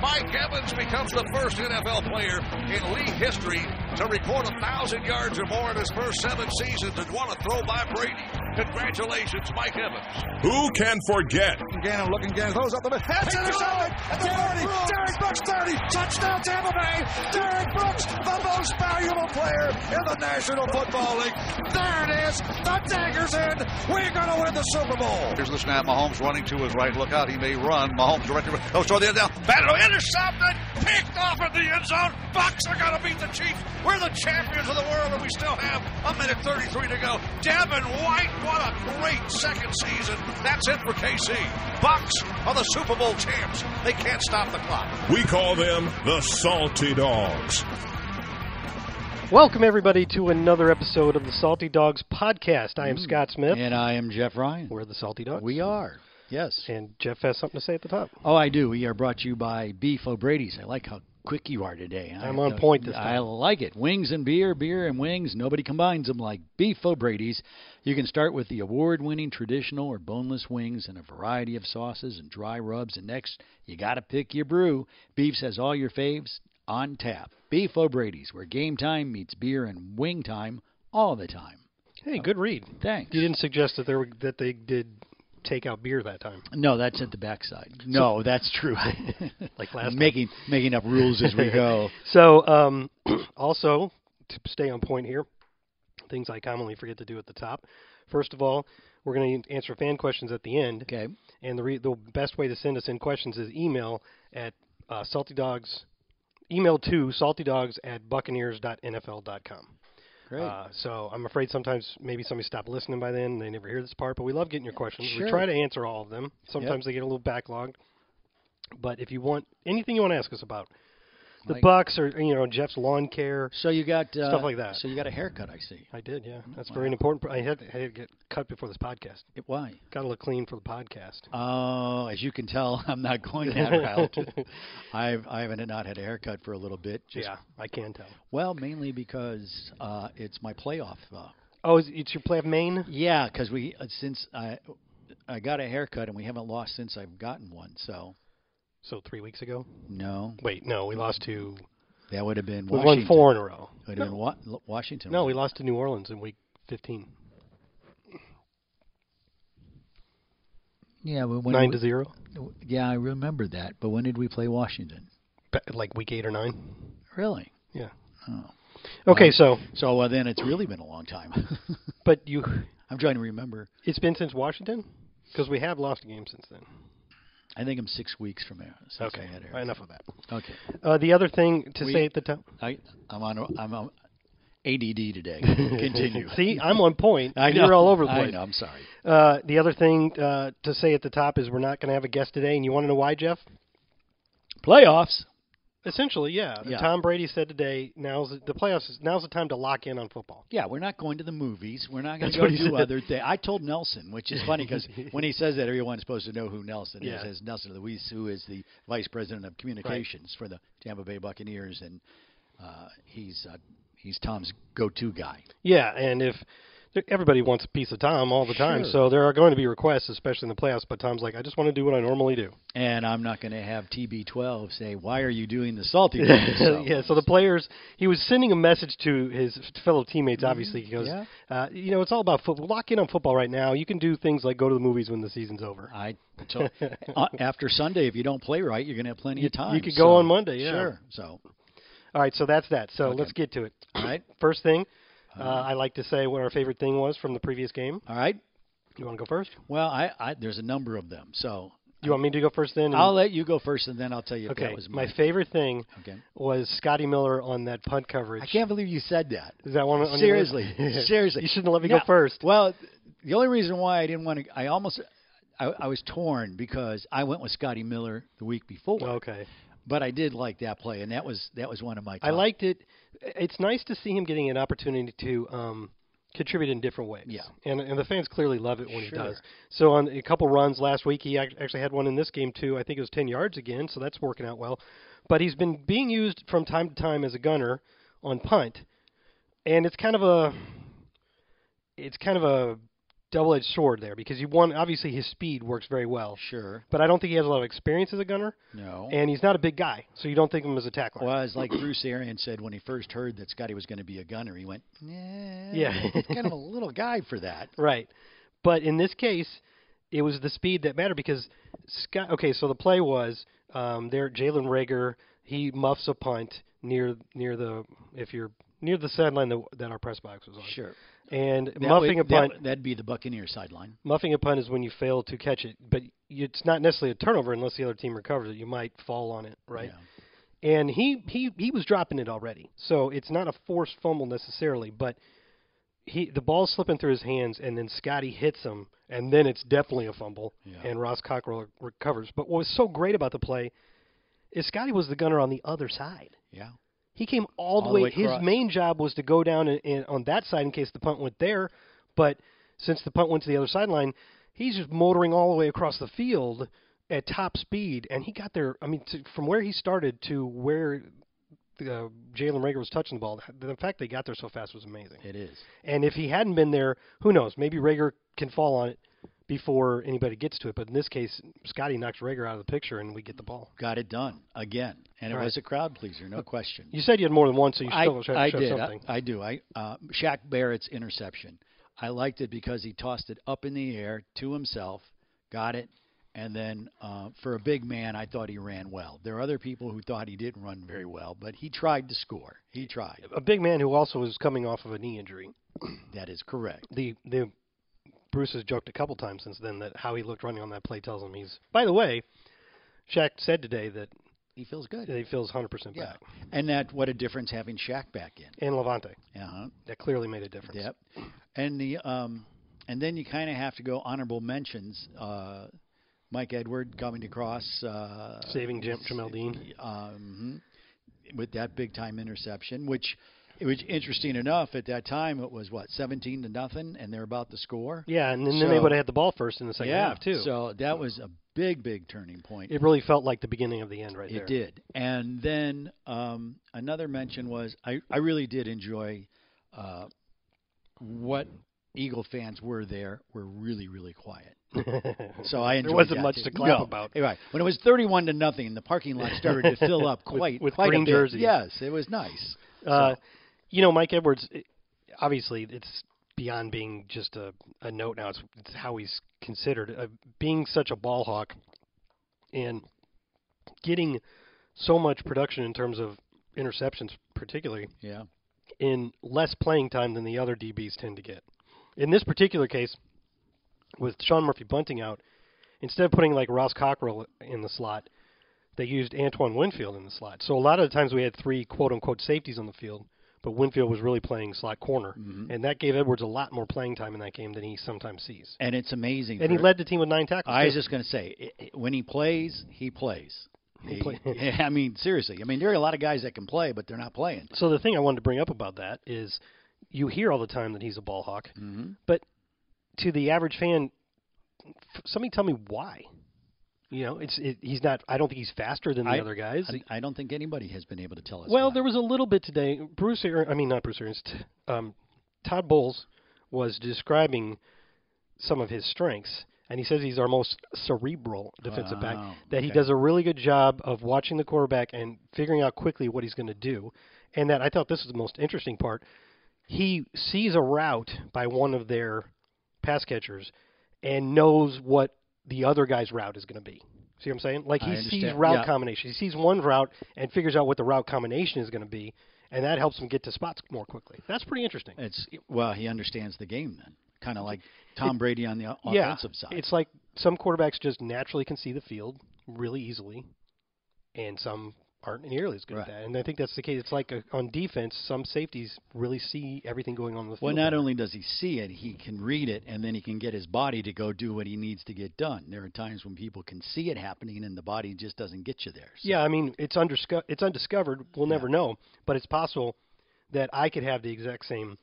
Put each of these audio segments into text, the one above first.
Mike Evans becomes the first NFL player in league history to record a thousand yards or more in his first seven seasons, and what a throw by Brady! Congratulations, Mike Evans. who can forget? Gannon looking, Gannon throws up the middle. That's intercepted at the 40. Derek Brooks 30. Touchdown, Tampa Bay. Derek Brooks, the most valuable player in the National Football League. There it is. The dagger's in. We're going to win the Super Bowl. Here's the snap. Mahomes running to his right. Look out. He may run. Mahomes directly. Oh, toward the end down. Battle intercepted. Picked off in the end zone. Bucks are going to beat the Chiefs. We're the champions of the world, and we still have a minute 33 to go. Devin White, what a great second season. That's it for KC. Bucks are the Super Bowl champs. They can't stop the clock. We call them the Salty Dogs. Welcome, everybody, to another episode of the Salty Dogs podcast. I am Scott Smith. And I am Jeff Ryan. We're the Salty Dogs. We are. Yes. And Jeff has something to say at the top. Oh, I do. We are brought to you by Beef O'Brady's. I like how quick you are today. I'm I- on point this time. I like it. Wings and beer, beer and wings. Nobody combines them like Beef O'Brady's. You can start with the award winning traditional or boneless wings and a variety of sauces and dry rubs. And next, you got to pick your brew. Beef's has all your faves on tap. Beef O'Brady's, where game time meets beer and wing time all the time. Hey, good read. Thanks. You didn't suggest that there were, that they did take out beer that time. No, that's at the backside. No, that's true. Like last time. making making up rules as we go. So, um, also to stay on point here, things I commonly forget to do at the top. First of all, we're going to answer fan questions at the end. Okay. And the re- the best way to send us in questions is email at uh, Salty Dogs, email to saltydogs at buccaneers.nfl.com. Great. Uh, so I'm afraid sometimes maybe somebody stopped listening by then and they never hear this part, but we love getting your questions. We Sure. try to answer all of them. Sometimes they get a little backlogged. But if you want anything you want to ask us about, the Like- Bucks or you know Jeff's lawn care, so you got uh, stuff like that. So you got a haircut, I see. I did, yeah, that's very important. pro- I had, I had to get cut before this podcast. It- why? Got to look clean for the podcast. Oh, as you can tell, I'm not going that route. I've I haven't not had a haircut for a little bit. Just, yeah, I can tell. Well, mainly because uh, it's my playoff. Uh, Oh, is, it's your play of Maine. yeah, because we uh, since I I got a haircut and we haven't lost since I've gotten one. So So three weeks ago. no, Wait, no, we lost to that would have been we Washington. won four in a row. Would have been Wa- Washington. No, we lost to New Orleans in week 15, yeah, we went nine to zero, Yeah, I remember that. But when did we play Washington? Ba- like week eight or nine. Really? Yeah. Oh. Okay, so So uh, then it's really been a long time. but you, I'm trying to remember. it's been since Washington because we have lost a game since then. I think I'm six weeks from there. Since I Okay, had Eric. enough of that. Okay. Uh, the other thing to We- say at the top. I, I'm on. I'm on ADD today. Continue. See, I'm on point. I know. You're all over the I place. know. I'm sorry. Uh, the other thing uh, to say at the top is we're not going to have a guest today, and you want to know why, Jeff? Playoffs. Essentially, yeah. Yeah. Tom Brady said today, now's the playoffs. Is, now's the time to lock in on football. Yeah, we're not going to the movies. We're not going That's to go what he do said. other things. I told Nelson, which is funny because when he says that, everyone's supposed to know who Nelson Yeah. is. As Nelson Luis, who is the vice president of communications for the Tampa Bay Buccaneers, and uh, he's uh, he's Tom's go-to guy. Yeah, and if everybody wants a piece of Tom all the time, Sure. so there are going to be requests, especially in the playoffs. But Tom's like, I just want to do what I normally do. And I'm not going to have TB12 say, "Why are you doing the salty?" thing?" So, yeah, so the players, he was sending a message to his fellow teammates, obviously. He goes, yeah. uh, you know, it's all about football. Lock in on football right now. You can do things like go to the movies when the season's over. I so, uh, after Sunday, if you don't play right, you're going to have plenty of time. you could So, go on Monday, yeah. Sure. So, All right, so that's that. So Okay. let's get to it. all right, Uh-huh. First thing, uh, I like to say what our favorite thing was from the previous game. all right. You want to go first? Well, I, I there's a number of them, so You want me to go first then? And- I'll let you go first, and then I'll tell you if okay, that was my mine. favorite thing Okay. was Scotty Miller on that punt coverage. I can't believe you said that. Is that one on your list? Seriously, seriously. You shouldn't let me No, go first. Well, the only reason why I didn't want to, I Oh. almost, I, I was torn because I went with Scotty Miller the week before. Okay. But I did like that play, and that was that was one of my. I top- liked it. It's nice to see him getting an opportunity to um, contribute in different ways. Yeah. and and the fans clearly love it when he Sure. does. So on a couple runs last week, he ac- actually had one in this game too. I think it was ten yards again, so that's working out well. But he's been being used from time to time as a gunner on punt, and it's kind of a it's kind of a double-edged sword there because you want obviously his speed works very well, Sure. but I don't think he has a lot of experience as a gunner, No. and he's not a big guy, so you don't think of him as a tackler. Well, it's like Bruce Arian said when he first heard that Scotty was going to be a gunner, he went, "Yeah, Yeah. it's kind of a little guy for that." Right. But in this case, it was the speed that mattered because Scott. Okay, so the play was um, there. Jalen Rager he muffs a punt near near the if you're near the sideline that, that our press box was on. Sure. And That muffing way- a punt, That, that'd be the Buccaneer sideline. muffing a punt is when you fail to catch it, but it's not necessarily a turnover unless the other team recovers it. You might fall on it, right? Yeah. and he he he was dropping it already. So it's not a forced fumble necessarily, but he the ball's slipping through his hands, and then Scotty hits him, and then it's definitely a fumble, Yeah. and Ross Cockrell recovers. But what was so great about the play is Scotty was the gunner on the other side. Yeah. He came all the, All the way. way his across. main job was to go down and, and on that side in case the punt went there, but since the punt went to the other sideline, he's just motoring all the way across the field at top speed, and he got there. I mean, to, from where he started to where the, uh, Jalen Rager was touching the ball, the fact they got there so fast was amazing. It is. And if he hadn't been there, who knows? Maybe Rager can fall on it before anybody gets to it. But in this case, Scotty knocks Rager out of the picture, and we get the ball. Got it done again, and it Right. Uh, was a crowd pleaser, no question. You said you had more than one, so you I, still should I show did. something. I, I do. I uh, Shaq Barrett's interception. I liked it because he tossed it up in the air to himself, got it, and then uh, for a big man, I thought he ran well. There are other people who thought he didn't run very well, but he tried to score. He tried. a big man who also was coming off of a knee injury. That is correct. The the Bruce has joked a couple times since then that how he looked running on that play tells him he's. By the way, Shaq said today that He feels good. he feels 100% back. Yeah, and that what a difference having Shaq back in. And Levante, Uh-huh. that clearly made a difference. Yep. And the um, and then you kind of have to go honorable mentions. Uh, Mike Edward coming across. Uh, Saving Jam- Jamel Dean. um, with that big time interception, which which interesting enough at that time it was what seventeen to nothing, and they're about to score. Yeah, and then, then they So- would have had the ball first in the second half, too. So that was a big big turning point. it really felt like the beginning of the end right It there. did. And then um, another mention was I, I really did enjoy uh, what Eagle fans were there were really really quiet. So I enjoyed wasn't that, much too. to clap No. about. Right when it was thirty-one to nothing, the parking lot started to fill up With- quite with quite a green bit. jerseys. Yes, it was nice. Uh, you know, Mike Edwards. i obviously, it's beyond being just a, a note now. It's, it's how he's considered uh, being such a ball hawk and getting so much production in terms of interceptions, particularly Yeah, in less playing time than the other DBs tend to get. In this particular case, with Sean Murphy bunting out, instead of putting like Ross Cockrell in the slot, they used Antoine Winfield in the slot. So a lot of the times we had three quote unquote safeties on the field, but Winfield was really playing slot corner, and that gave Edwards a lot more playing time in that game than he sometimes sees. and it's amazing. And he for- led the team with nine tackles. I too. was just going to say, i i- when he plays, he plays. He- play- I mean, seriously. I mean, there are a lot of guys that can play, but they're not playing. So the thing I wanted to bring up about that is, you hear all the time that he's a ball hawk, Mm-hmm. but to the average fan, f- somebody tell me why. You know, it's it, he's not. I don't think he's faster than the I- other guys. I, I don't think anybody has been able to tell us. well, why. there was a little bit today. Bruce, Arians- I mean not Bruce Arians. T- um, Todd Bowles was describing some of his strengths, and he says he's our most cerebral defensive Wow, back. That he okay. does a really good job of watching the quarterback and figuring out quickly what he's going to do. And that I thought this was the most interesting part. He sees a route by one of their pass catchers and knows what the other guy's route is going to be. See what I'm saying? Like I he sees understand. route Yeah. combinations. He sees one route and figures out what the route combination is going to be, and that helps him get to spots more quickly. That's pretty interesting. It's well, he understands the game then, kind of like Tom Brady on the o- yeah, offensive side. it's like some quarterbacks just naturally can see the field really easily, and some aren't nearly as good Right. at that. And I think that's the case. It's like uh on defense, some safeties really see everything going on in the Well, field. not only does he see it, he can read it, and then he can get his body to go do what he needs to get done. There are times when people can see it happening, and the body just doesn't get you there. So yeah, I mean, it's undisco- it's undiscovered. We'll never know, but it's possible that I could have the exact same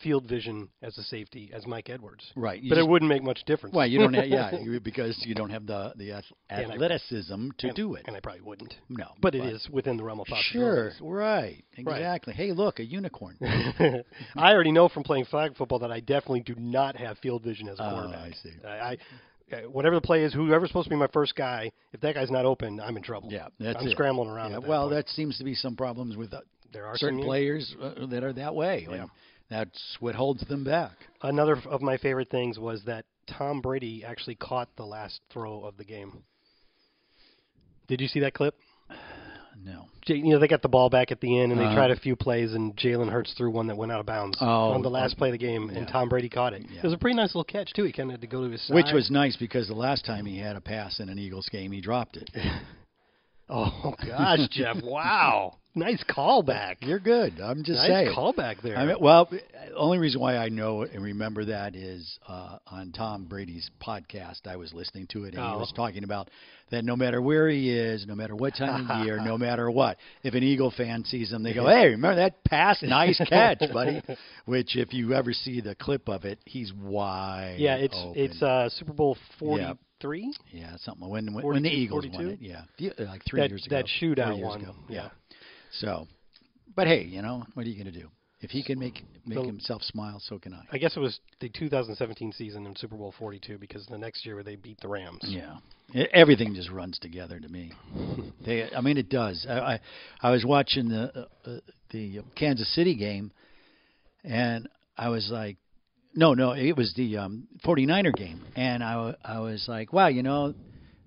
field vision as a safety as Mike Edwards. Right, you But just- it wouldn't make much difference. Well, you don't have, yeah, you- because you don't have the the ath- And I- athleticism to and, do it. and I probably wouldn't. No, but it but- is within the realm of Sure, possibilities. right, exactly. Hey, look, a unicorn. I already know from playing flag football that I definitely do not have field vision as a Oh, quarterback. I see. I, I- whatever the play is, whoever's supposed to be my first guy, if that guy's not open, I'm in trouble. Yeah, that's I'm it. scrambling around. Yeah, at that well, point. that seems to be some problems with uh, There are certain some- players uh, that are that way. and Yeah. That's what holds them back. another f- of my favorite things was that Tom Brady actually caught the last throw of the game. Did you see that clip? No. J- You know, they got the ball back at the end, and they Uh-huh. tried a few plays, and Jalen Hurts threw one that went out of bounds Oh, on the last uh, play of the game, and yeah. Tom Brady caught it. Yeah. It was a pretty nice little catch too. He kind of had to go to his side, Which was nice because the last time he had a pass in an Eagles game, he dropped it. Oh gosh, Jeff! Wow, nice callback. You're good. I'm just nice saying. callback there. I mean, well, only reason why I know and remember that is uh, on Tom Brady's podcast. I was listening to it, and he Oh. was talking about that no matter where he is, no matter what time of year, no matter what, if an Eagle fan sees him, they go, "Hey, remember that pass? Nice catch, buddy!" Which, if you ever see the clip of it, he's wide. yeah, it's open. it's uh, Super Bowl forty three. yeah, something when when, when the 42, Eagles won 42? it, yeah, The- uh, like three that years ago, that four shootout years one. ago. Yeah. So, but hey, you know what are you going to do? If he can make make The- himself smile, so can I. I guess it was the 2017 season in Super Bowl 42 because the next year they beat the Rams. Yeah, E- everything just runs together to me. They, I mean, it does. I, I, I was watching the uh, uh, the Kansas City game, and I was like, no, no, it was the um, 49er game, and I, wa- I was like, wow, you know,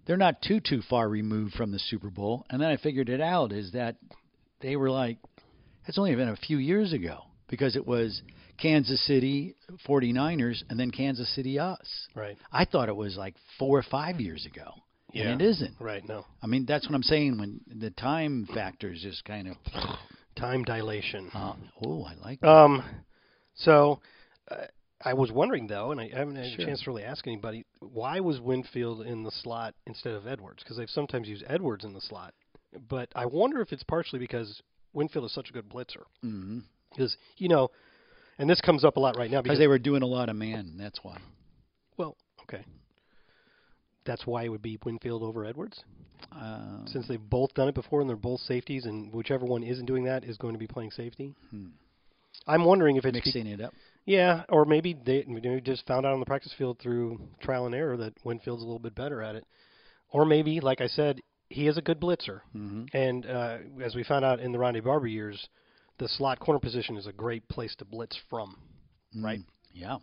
they're not too too far removed from the Super Bowl. And then I figured it out is that they were like, it's only been a few years ago because it was Kansas City 49ers and then Kansas City us. Right. I thought it was like four or five years ago. Yeah. And it isn't. Right. No. I mean, that's what I'm saying when the time factor is just kind of, Time dilation. uh, oh, I like that. Um, so uh, I was wondering though, and I haven't had Sure. a chance to really ask anybody, why was Winfield in the slot instead of Edwards? Because they've sometimes used Edwards in the slot, but I wonder if it's partially because Winfield is such a good blitzer. Mm-hmm. Because you know, and this comes up a lot right now Because because they were doing a lot of man, that's why. well, okay. That's why it would be Winfield over Edwards, Um, since they've both done it before and they're both safeties, and whichever one isn't doing that is going to be playing safety. I'm wondering if it's be- mixing it up. Yeah, or maybe they maybe just found out on the practice field through trial and error that Winfield's a little bit better at it, or maybe, like I said, he is a good blitzer. Mm-hmm. And uh, as we found out in the Ronnie Barber years, the slot corner position is a great place to blitz from. Right. Mm-hmm. Yeah.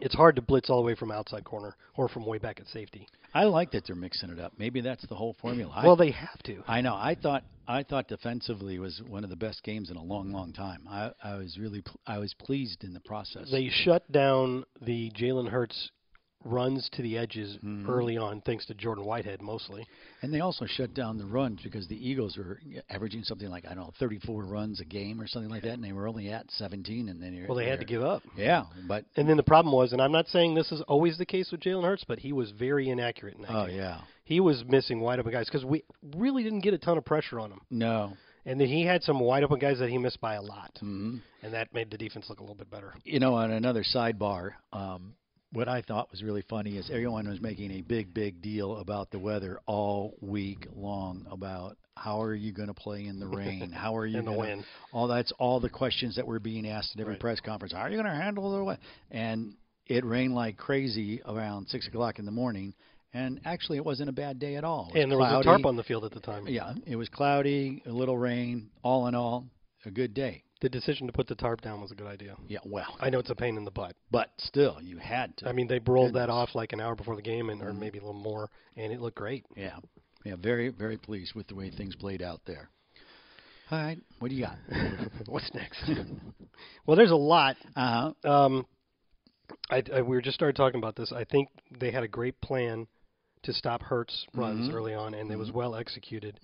It's hard to blitz all the way from outside corner or from way back at safety. I like that they're mixing it up. Maybe that's the whole formula. I- well, they have to. I know. I thought I thought defensively was one of the best games in a long, long time. I, I was really pl- I was pleased in the process. They shut down the Jalen Hurts runs to the edges Mm-hmm. early on, thanks to Jordan Whitehead mostly. And they also shut down the runs because the Eagles were averaging something like I don't know, 34 runs a game or something like that, and they were only at 17. And then Well, they had to give up. Yeah, but And then the problem was, and I'm not saying this is always the case with Jalen Hurts, but he was very inaccurate in that oh game. yeah, He was missing wide open guys because we really didn't get a ton of pressure on him. no. And then he had some wide open guys that he missed by a lot, hmm and that made the defense look a little bit better. You know, on another sidebar, um, what I thought was really funny is everyone was making a big, big deal about the weather all week long about how are you going to play in the rain, how are you In the gonna- wind. all that's all the questions that were being asked at every Right. press conference. How are you going to handle the weather? And it rained like crazy around six o'clock in the morning, and actually it wasn't a bad day at all. It was And there was a cloudy. tarp on the field at the time. Yeah, it was cloudy, a little rain. All in all, a good day. The decision to put the tarp down was a good idea. Yeah, well, I know it's a pain in the butt. but still, you had to. I mean, they rolled that Goodness. Mm-hmm. off like an hour before the game, and or maybe a little more, and it looked great. Yeah. Yeah, very, very pleased with the way things played out there. All right. What do you got? What's next? well, there's a lot Uh Um, I, I- we were just started talking about this. I think they had a great plan to stop Hertz runs early on, and it was well executed.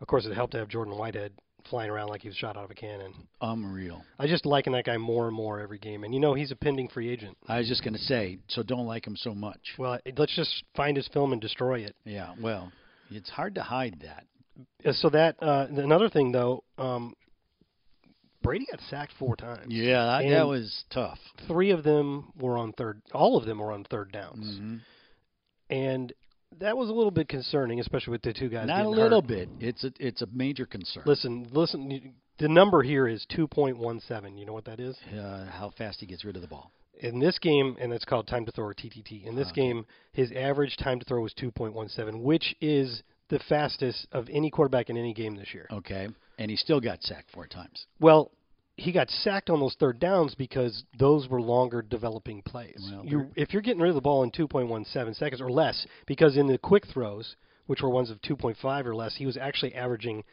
Of course, it helped to have Jordan Whitehead flying around like he was shot out of a cannon. Unreal. I just liking that guy more and more every game. And you know, he's a pending free agent. I was just going to say, so don't like him so much. Well, it- let's just find his film and destroy it. Yeah, well, it's hard to hide that. Uh, So that uh, another thing though, um, Brady got sacked four times. Yeah, that, that And- was tough. Three of them were on third. All of them were on third downs, Mm-hmm. and that was a little bit concerning, especially with the two guys. Not a getting little hurt. bit. It's a it's a major concern. Listen, listen. you- The number here is two point one seven. You know what that is? Uh, how fast he gets rid of the ball. in this game, and it's called time to throw or TTT. In this Uh-huh. game, his average time to throw was 2.17, which is the fastest of any quarterback in any game this year. Okay, and he still got sacked four times. Well, he got sacked on those third downs because those were longer developing plays. Well, you, if you're getting rid of the ball in 2.17 seconds or less, because in the quick throws, which were ones of 2.5 or less, he was actually averaging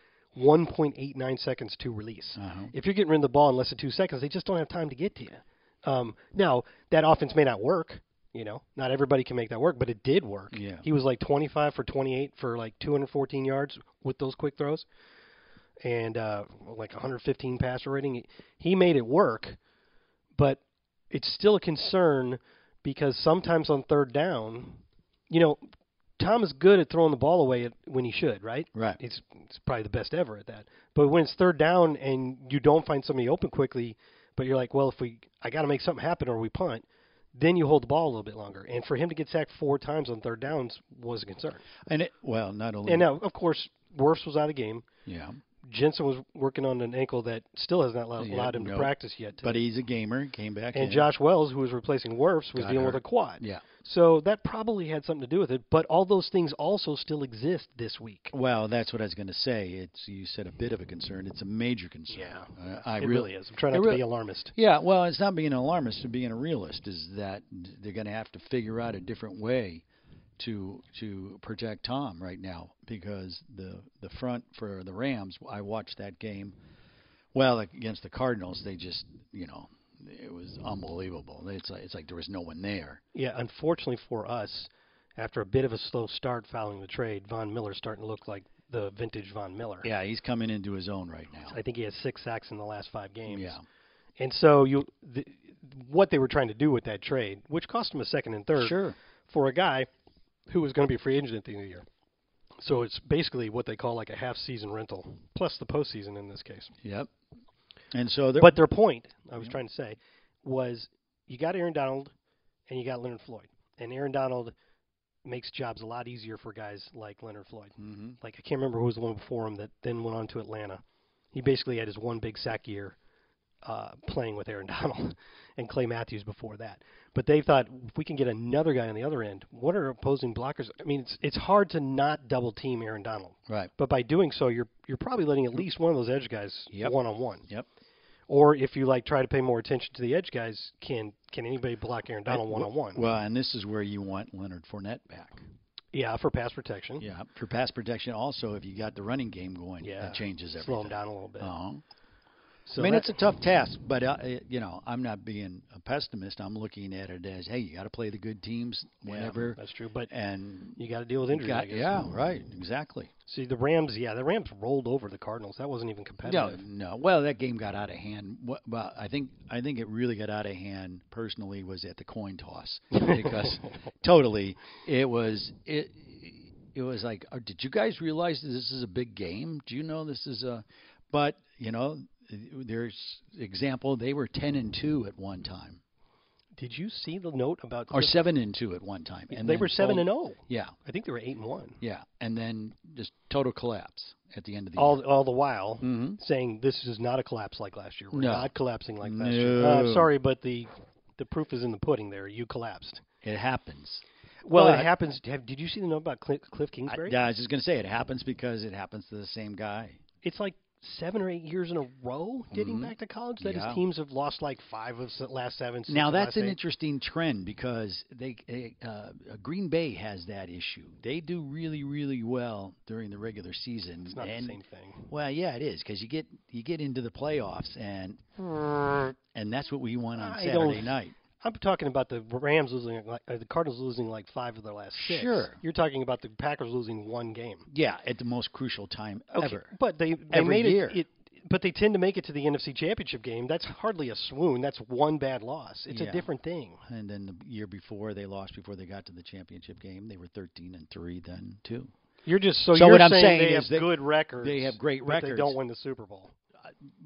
1.89 seconds to release. Uh-huh. If you're getting rid of the ball in less than two seconds, they just don't have time to get to you. Um, now, that offense may not work. You know, not everybody can make that work, but it did work. Yeah. He was like 25 for 28 for like 214 yards with those quick throws and uh, like 115 passer rating. He made it work, but it's still a concern because sometimes on third down, you know, Tom is good at throwing the ball away at- when he should, right? Right. It's, it's probably the best ever at that. But when it's third down and you don't find somebody open quickly, but you're like, well, if we, I got to make something happen or we punt. Then you hold the ball a little bit longer, and for him to get sacked four times on third downs was a concern. And it, well, not only And now, of course, Worfs was out of the game. yeah, Jensen was working on an ankle that still has not allowed, Yeah, allowed him no. to practice yet. but he's a gamer. Came back and in. Josh Wells, who was replacing Werfs, was Got dealing with hurt. a quad. Yeah. So that probably had something to do with it. But all those things also still exist this week. Well, that's what I was going to say. It's you said a bit of a concern. It's a major concern. Yeah. Uh, I it really is. I'm trying I not to really- be alarmist. Yeah, well, it's not being an alarmist, it's being a realist. Is that they're going to have to figure out a different way to to protect Tom right now because the the front for the Rams. I watched that game. Well, against the Cardinals, they just you know it was unbelievable. It's like, it's like there was no one there. Yeah, unfortunately for us, after a bit of a slow start following the trade, Von Miller's starting to look like the vintage Von Miller. Yeah, he's coming into his own right now. I think he has six sacks in the last five games. Yeah. And so you, the, what they were trying to do with that trade, which cost him a second and third, Sure. for a guy who was going to be a free agent at the end of the year. So it's basically what they call like a half season rental, plus the postseason in this case. Yep. And so they're Mm-hmm. But their point, I was trying to say, was you got Aaron Donald and you got Leonard Floyd. And Aaron Donald makes jobs a lot easier for guys like Leonard Floyd. Mhm. Like I can't remember who was the one before him that then went on to Atlanta. He basically had his one big sack year uh, playing with Aaron Donald and Clay Matthews before that. But they thought if we can get another guy on the other end, what are opposing blockers? I mean, it's it's hard to not double team Aaron Donald. right. But by doing so, you're you're probably letting at least one of those edge guys Yep. one on one. Yep. Or if you like try to pay more attention to the edge guys, can can anybody block Aaron Donald one on one? Well, and this is where you want Leonard Fournette back. Yeah, for pass protection. Yeah, for pass protection. Also, if you got the running game going, Yeah. that changes everything. Slow him down a little bit. Uh-huh. So I mean, that- it's a tough task, but uh, it- you know, I'm not being a pessimist. I'm looking at it as, hey, you got to play the good teams yeah, whenever, that's true. But and you got to deal with injuries. got- I guess. yeah, right, exactly. See the Rams. Yeah, the Rams rolled over the Cardinals. That wasn't even No, competitive. no. Well, that game got out of hand. What- Well, I think I think it really got out of hand. Personally, was at the coin toss because totally it was it. It was like, oh, did you guys realize that this is a big game? Do you know this is a? But you know, there's example. They were ten and two at one time, Did you see the note about? or seven and two at one time, and oh. they then were seven fold- and oh. zero. Yeah, I think they were eight and one. yeah, and then just total collapse at the end of the year. Mm-hmm. All all the while saying this is not a collapse like last year. We're Mm. No. not collapsing like last year. Uh, No. I'm sorry, but the the proof is in the pudding. There, you collapsed. It happens. Well, But- it happens. Have, did you see the note about Cliff, Cliff Kingsbury? Yeah, I was just gonna say it happens because it happens to the same guy. It's like seven or eight years in a row getting back to college that Mm-hmm. Yeah. his teams have lost like five of s- last seven. six Now of that's last an eight. interesting trend because they, they uh, Green Bay has that issue. They do really, really well during the regular season. It's not and, the same thing. Well, yeah, it is because you get you get into the playoffs and and that's what we want on I Saturday don't- night. I'm talking about the Rams losing, like, uh, the Cardinals losing like five of their last six. Sure. You're talking about the Packers losing one game. Yeah, at the most crucial time Okay, ever. but they they Every made it- year. It, But they tend to make it to the NFC Championship game. That's hardly a swoon. That's one bad loss. It's Yeah. a different thing. And then the year before, they lost before they got to the championship game. They were 13 and three then too. You're just so. So you're what I'm saying they is have that good records. they have great but They records. don't win the Super Bowl.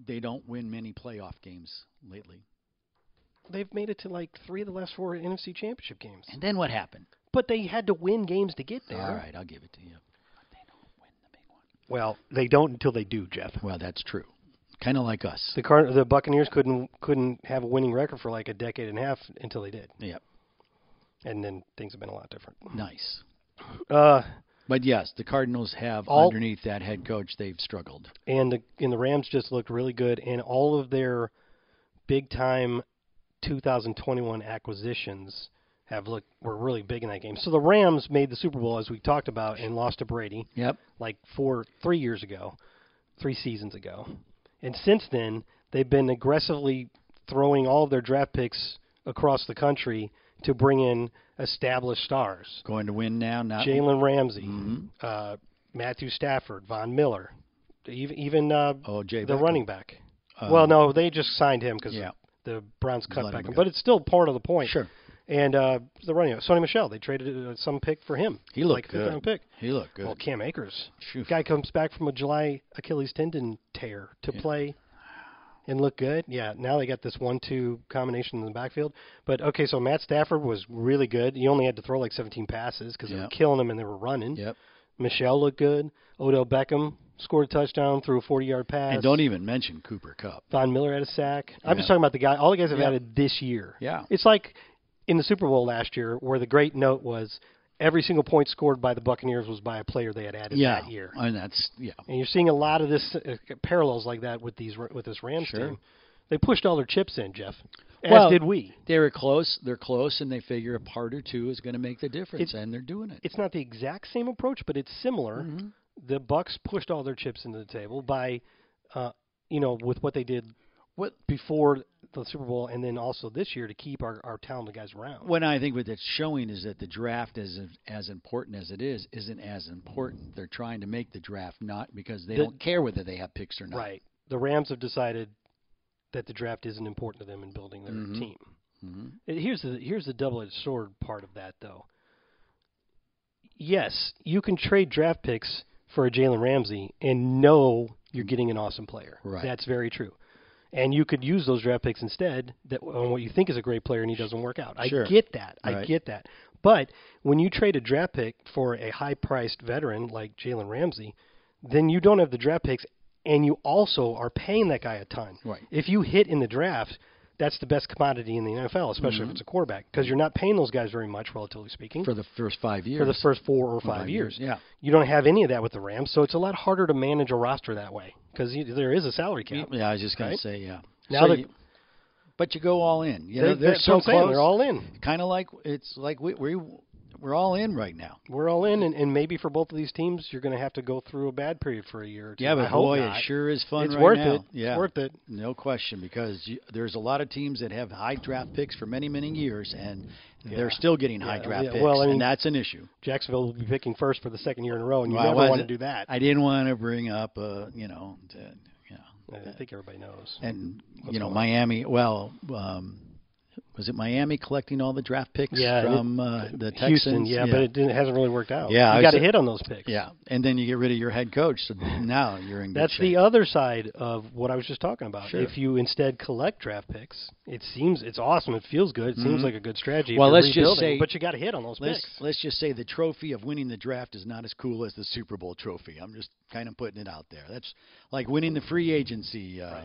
They don't win many playoff games lately. They've made it to like three of the last four NFC Championship games. And then what happened? But they had to win games to get there. All right, I'll give it to you. But they don't win the big one. Well, they don't until they do, Jeff. Well, that's true. Kind of like us. The Car- the Buccaneers couldn't couldn't have a winning record for like a decade and a half until they did, Yeah, and then things have been a lot different. nice. Uh, But yes, the Cardinals have All- underneath that head coach, they've struggled. and the and the Rams just looked really good, and all of their big time 2021 acquisitions have looked were really big in that game. So the Rams made the Super Bowl as we talked about and lost to Brady Yep. like four three years ago, three seasons ago, and since then they've been aggressively throwing all of their draft picks across the country to bring in established stars. Going to win now, not Jalen Ramsey, mm-hmm. uh, Matthew Stafford, Von Miller, even even uh, Oh, Jay the Beckham. running back. well, no, they just signed him because Yeah. the Browns cut Let him back, go. but it's still part of the point. Sure. And uh, the running back, Sonny Michelle, they traded uh, some pick for him. He looked like a fifth good. round pick. He looked good. Well, Cam Akers, Phew. guy comes back from a July Achilles tendon tear to play and look good. Yeah, now they got this one-two combination in the backfield. But okay, so Matt Stafford was really good. He only had to throw like 17 passes because they Yeah. were killing him and they were running. Yep. Michelle looked good. Odell Beckham scored a touchdown, threw a 40-yard pass. And don't e- even mention Cooper Cup. Von Miller had a sack. I'm just talking about the guy. All the guys have Yeah. added this year. Yeah. It's like in the Super Bowl last year, where the great note was every single point scored by the Buccaneers was by a player they had added Yeah. that year. And that's yeah. And you're seeing a lot of this uh, parallels like that with these with this Rams Sure. team. They pushed all their chips in, Jeff. As Well, did we. They were close. They're close, and they figure a part or two is going to make the difference, It's- and they're doing it. It's not the exact same approach, but it's similar. Mm-hmm. The Bucks pushed all their chips into the table by, uh, you know, with what they did What- before the Super Bowl, and then also this year to keep our, our talented guys around. What I think what that's showing is that the draft, as as important as it is, isn't as important. They're trying to make the draft not because they The- don't care whether they have picks or not. Right. The Rams have decided that the draft isn't important to them in building their Mhm. team. hmm Uh, Here's the here's the double-edged sword part of that, though. Yes, you can trade draft picks for a Jalen Ramsey and know you're getting an awesome player. Right. That's very true. And you could use those draft picks instead that on what you think is a great player and he doesn't work out. I Sure. get that. I Right. get that. But when you trade a draft pick for a high-priced veteran like Jalen Ramsey, then you don't have the draft picks and you also are paying that guy a ton. Right. If you hit in the draft, that's the best commodity in the NFL, especially if it's a quarterback, because you're not paying those guys very much, relatively speaking, Mm-hmm. For the first five years. for the first four or five, five years. years, yeah. You don't have any of that with the Rams, so it's a lot harder to manage a roster that way because there is a salary cap. Yeah, I was just going Right? to say yeah. Now So that- you- but you go all in. You They- know, they're that's so what I'm saying, close. They're all in. kind of like it's like we we we're all in right now. We're all in, and, and maybe for both of these teams, you're going to have to go through a bad period for a year or two. Yeah, I but hope boy, not. it sure is fun It's right worth now. it. It's Yeah, worth it. No question, because you, there's a lot of teams that have high draft picks for many, many years, and they're still getting high Yeah, draft yeah. picks, Well, I mean- and that's an issue. Jacksonville will be picking first for the second year in a row, and you Well, I never want to wasn't- do that. I didn't want to bring up, uh, you know, to, you know, I think everybody knows. and you know, Miami. Well, um, was it Miami collecting all the draft picks Yeah, and it- from uh, the Houston, Texans? yeah, but it, didn't, it hasn't really worked out. Yeah, I you was got to sa- hit on those picks. yeah, and then you get rid of your head coach, so now you're in. Good That's shape. the other side of what I was just talking about. Sure. If you instead collect draft picks, it seems it's awesome. It feels good. It seems like a good strategy. if Mm-hmm. Well, you're let's just rebuilding, say- but you got to hit on those Let's, picks. let's just say the trophy of winning the draft is not as cool as the Super Bowl trophy. I'm just kind of putting it out there. That's like winning the free agency uh,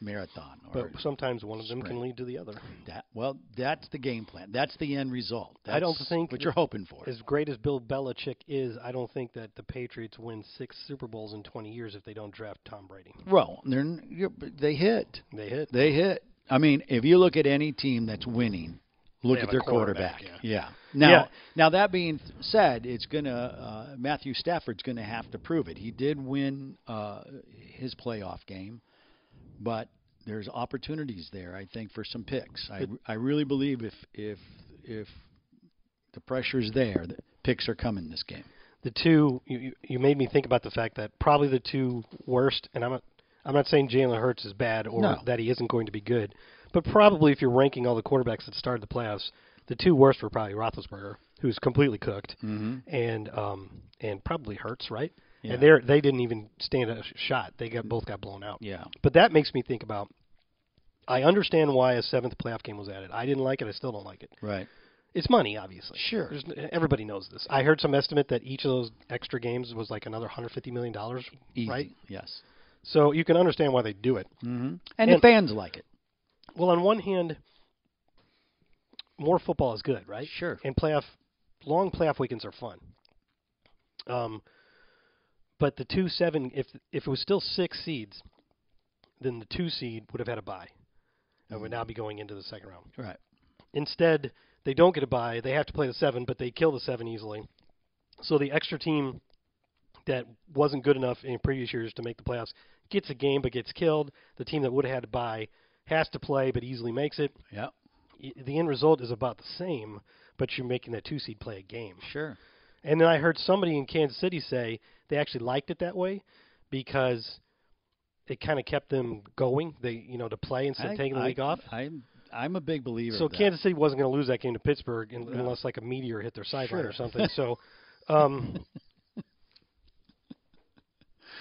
marathon. But Or sometimes one of them can lead to the other. that. Well, that's the game plan. That's the end result. That's I don't think what you're hoping for. As great as Bill Belichick is, I don't think that the Patriots win six Super Bowls in 20 years if they don't draft Tom Brady. well, they're, n- you're- but they hit. They hit. They hit. I mean, if you look at any team that's winning, look They have a at their quarterback, quarterback. Yeah. Now, Yeah. now that being said, it's gonna uh, Matthew Stafford's gonna have to prove it. He did win uh, his playoff game, but there's opportunities there. I think for some picks. I I really believe if if if the pressure's there, the picks are coming this game. the two you, you- you made me think about the fact that probably the two worst, and I'm not I'm not saying Jalen Hurts is bad or No. that he isn't going to be good, but probably if you're ranking all the quarterbacks that started the playoffs, the two worst were probably Roethlisberger, who's completely cooked, and um and probably Hurts, right? Mm-hmm. Yeah. And they are they didn't even stand a sh- shot. They got both got blown out. Yeah. But that makes me think about. I understand why a seventh playoff game was added. I didn't like it. I still don't like it. Right. It's money, obviously. Sure. There's, everybody knows this. I heard some estimate that each of those extra games was like another 150 million dollars, Easy. right? Yes. So you can understand why they do it. And, the And- fans like it. Well, on one hand, more football is good, right? Sure. And playoff, long playoff weekends are fun. Um, but the two seven, if if it was still six seeds, then the two seed would have had a bye, and would now Mm. be going into the second round. Right. Instead, they don't get a bye. They have to play the seven, but they kill the seven easily. So the extra team that wasn't good enough in previous years to make the playoffs gets a game but gets killed. The team that would have had to buy has to play but easily makes it. Yeah. Y- The end result is about the same, but you're making that two seed play a game. Sure. And then I heard somebody in Kansas City say they actually liked it that way because it kind of kept them going. They you know to play instead I- of taking the I- week off. I'm I'm a big believer. So of that. Kansas City wasn't going to lose that game to Pittsburgh un- No. unless like a meteor hit their sideline Sure. or something. So, um,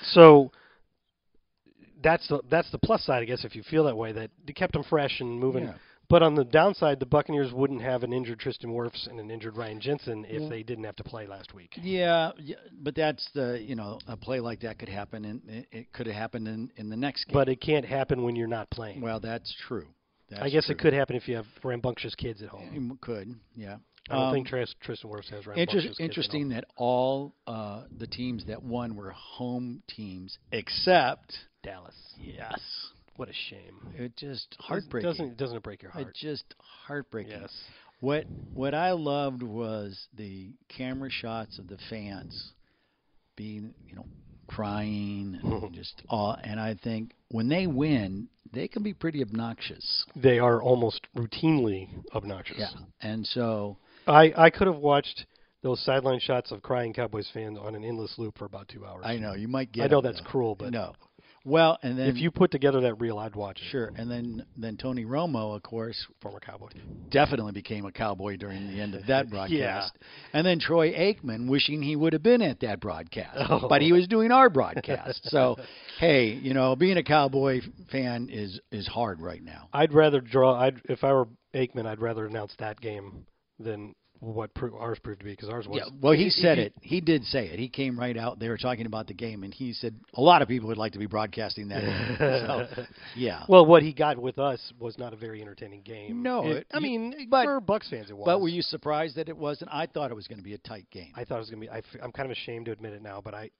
so that's the that's the plus side, I guess, if you feel that way that they kept them fresh and moving. Yeah. But on the downside, the Buccaneers wouldn't have an injured Tristan Wirfs and an injured Ryan Jensen if they didn't have to play last week. Yeah, yeah, but that's the you know a play like that could happen, and it, it could have happened in in the next game. But it can't happen when you're not playing. well, that's true. That's I guess it true. could happen if you have rambunctious kids at home. It could. Yeah. I don't Um, think Tris- Tristan Wirfs has rambunctious Inter- kids at home. interesting that all uh, the teams that won were home teams, except Dallas. yes, What a shame. it just heartbreaking. Doesn't doesn't it break your it heart? just heartbreaking. Yes. What what I loved was the camera shots of the fans being, you know, crying and just awe. And I think when they win, they can be pretty obnoxious. They are almost routinely obnoxious. And so, I I could have watched those sideline shots of crying Cowboys fans on an endless loop for about two hours. I know you might get. I know them, that's though. cruel, but no. Well, and then if you put together that reel, I'd watch it. sure, and then then Tony Romo, of course, Former Cowboy. definitely became a cowboy during the end of that broadcast. And then Troy Aikman wishing he would have been at that broadcast, Oh. but he was doing our broadcast. so, hey, you know, being a cowboy fan is is hard right now. I'd rather draw. I'd if I were Aikman, I'd rather announce that game than what pro- ours proved to be because ours was. Well, he said it. He did say it. He came right out. They were talking about the game, and he said a lot of people would like to be broadcasting that. so, yeah. Well, what he got with us was not a very entertaining game. No, It- it- I mean, but- for Bucks fans, it was. but were you surprised that it wasn't? I thought it was going to be a tight game. I thought it was gonna be. I, am kind of ashamed to admit it now, but I,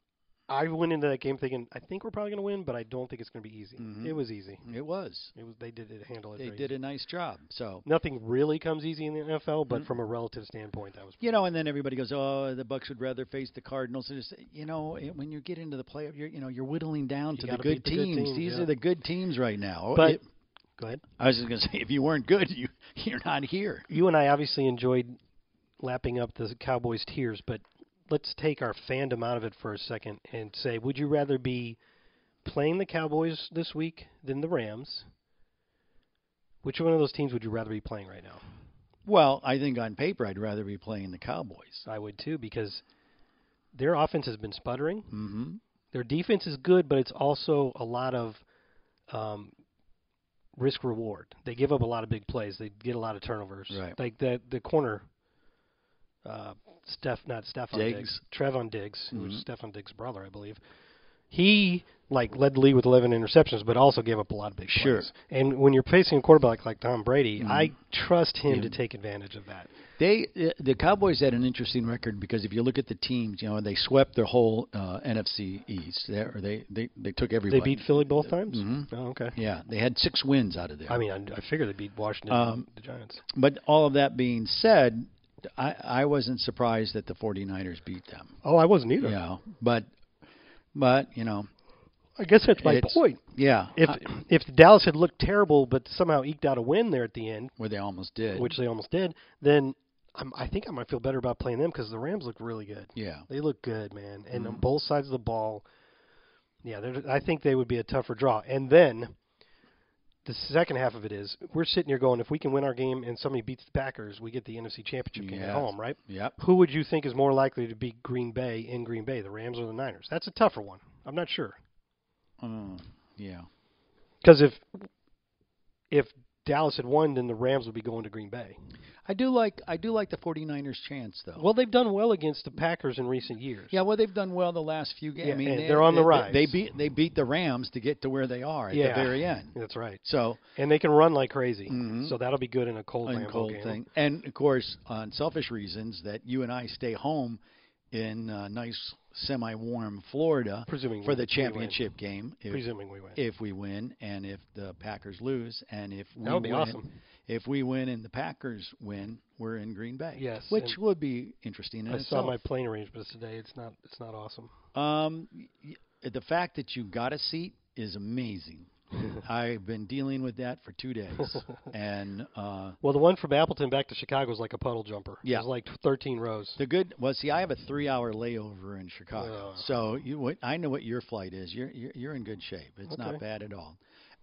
I went into that game thinking I think we're probably gonna win, but I don't think it's gonna be easy. It was easy. it was. It was. They did it. Handle it. Mm-hmm. They very did easy. a nice job. So Nothing really comes easy in the NFL, Mm-hmm. but from a relative standpoint, that was. You know, and then everybody goes, "Oh, the Bucks would rather face the Cardinals." And just, you know, it- when you get into the playoff, you're you know you're whittling down to the gotta good beat the good teams. teams, These yeah. are the good teams right now. But It- go ahead. I was just going to say, if you weren't good, you you're not here. You and I obviously enjoyed lapping up the Cowboys' tears, but let's take our fandom out of it for a second and say, would you rather be playing the Cowboys this week than the Rams? Which one of those teams would you rather be playing right now? Well, I think on paper, I'd rather be playing the Cowboys. I would too because their offense has been sputtering. Mm-hmm. Their defense is good, but it's also a lot of um, risk reward. They give up a lot of big plays. They get a lot of turnovers. Right. Like the the corner, uh, Steph, not Stephon Diggs, Diggs. Mm-hmm. Trevon Diggs, who was Stephon Diggs' brother, I believe. He like led the league with 11 interceptions, but also gave up a lot of big Sure. Mm-hmm. plays. And when you're facing a quarterback like Tom Brady, I trust him to take advantage of that. They uh, the Cowboys had an interesting record because if you look at the teams, you know, they swept their whole uh, NFC East. They, or they they they took They everybody. beat Philly both times. Mm-hmm. Oh, okay. Yeah, they had six wins out of there. I mean, I, I figure they beat Washington, Um, the Giants. But all of that being said, I, I wasn't surprised that the 49ers beat them. Oh, I wasn't either. You know, but but you know, I guess that's my It's- point. Yeah. If I- if Dallas had looked terrible but somehow eked out a win there at the end, where they almost did. which they almost did, then I'm, I think I might feel better about playing them because the Rams look really good. yeah. They look good, man, and Mm-hmm. on both sides of the ball. Yeah, they're- I think they would be a tougher draw. And then the second half of it is we're sitting here going, if we can win our game and somebody beats the Packers, we get the NFC Championship game at Yeah. home, right? Yep. Who would you think is more likely to beat Green Bay in Green Bay, the Rams or the Niners? That's a tougher one. I'm not sure Mm, yeah. because if if Dallas had won, then the Rams would be going to Green Bay. I do like I do like the 49ers chance though. Well, they've done well against the Packers in recent years. yeah, well they've done well the last few games. Yeah, I mean, and they, they're on the they- rise. They beat they beat the Rams to get to where they are at Yeah. the very end. that's right. So And they can run like crazy, Mhm. so that'll be good Mm-hmm. in a cold, and Lambeau cold game. thing, and of course on selfish reasons that you and I stay home in uh, nice semi-warm Florida Presuming for we- we the win. championship game. If, Presuming we win. if we win and if the Packers lose and if we That would be win, awesome. if we win and the Packers win, we're in Green Bay. Yes, which and would be interesting. In I saw itself. my plane arrangements today. It's not. It's not awesome. Um, y- the fact that you got a seat is amazing. I've been dealing with that for two days, and uh, Well, the one from Appleton back to Chicago is like a puddle jumper. It Yeah. was like 13 rows. the good well, see, I have a three-hour layover in Chicago, Ugh. so you, what, I know what your flight is. You're you're, you're in good shape. It's not Okay. bad at all.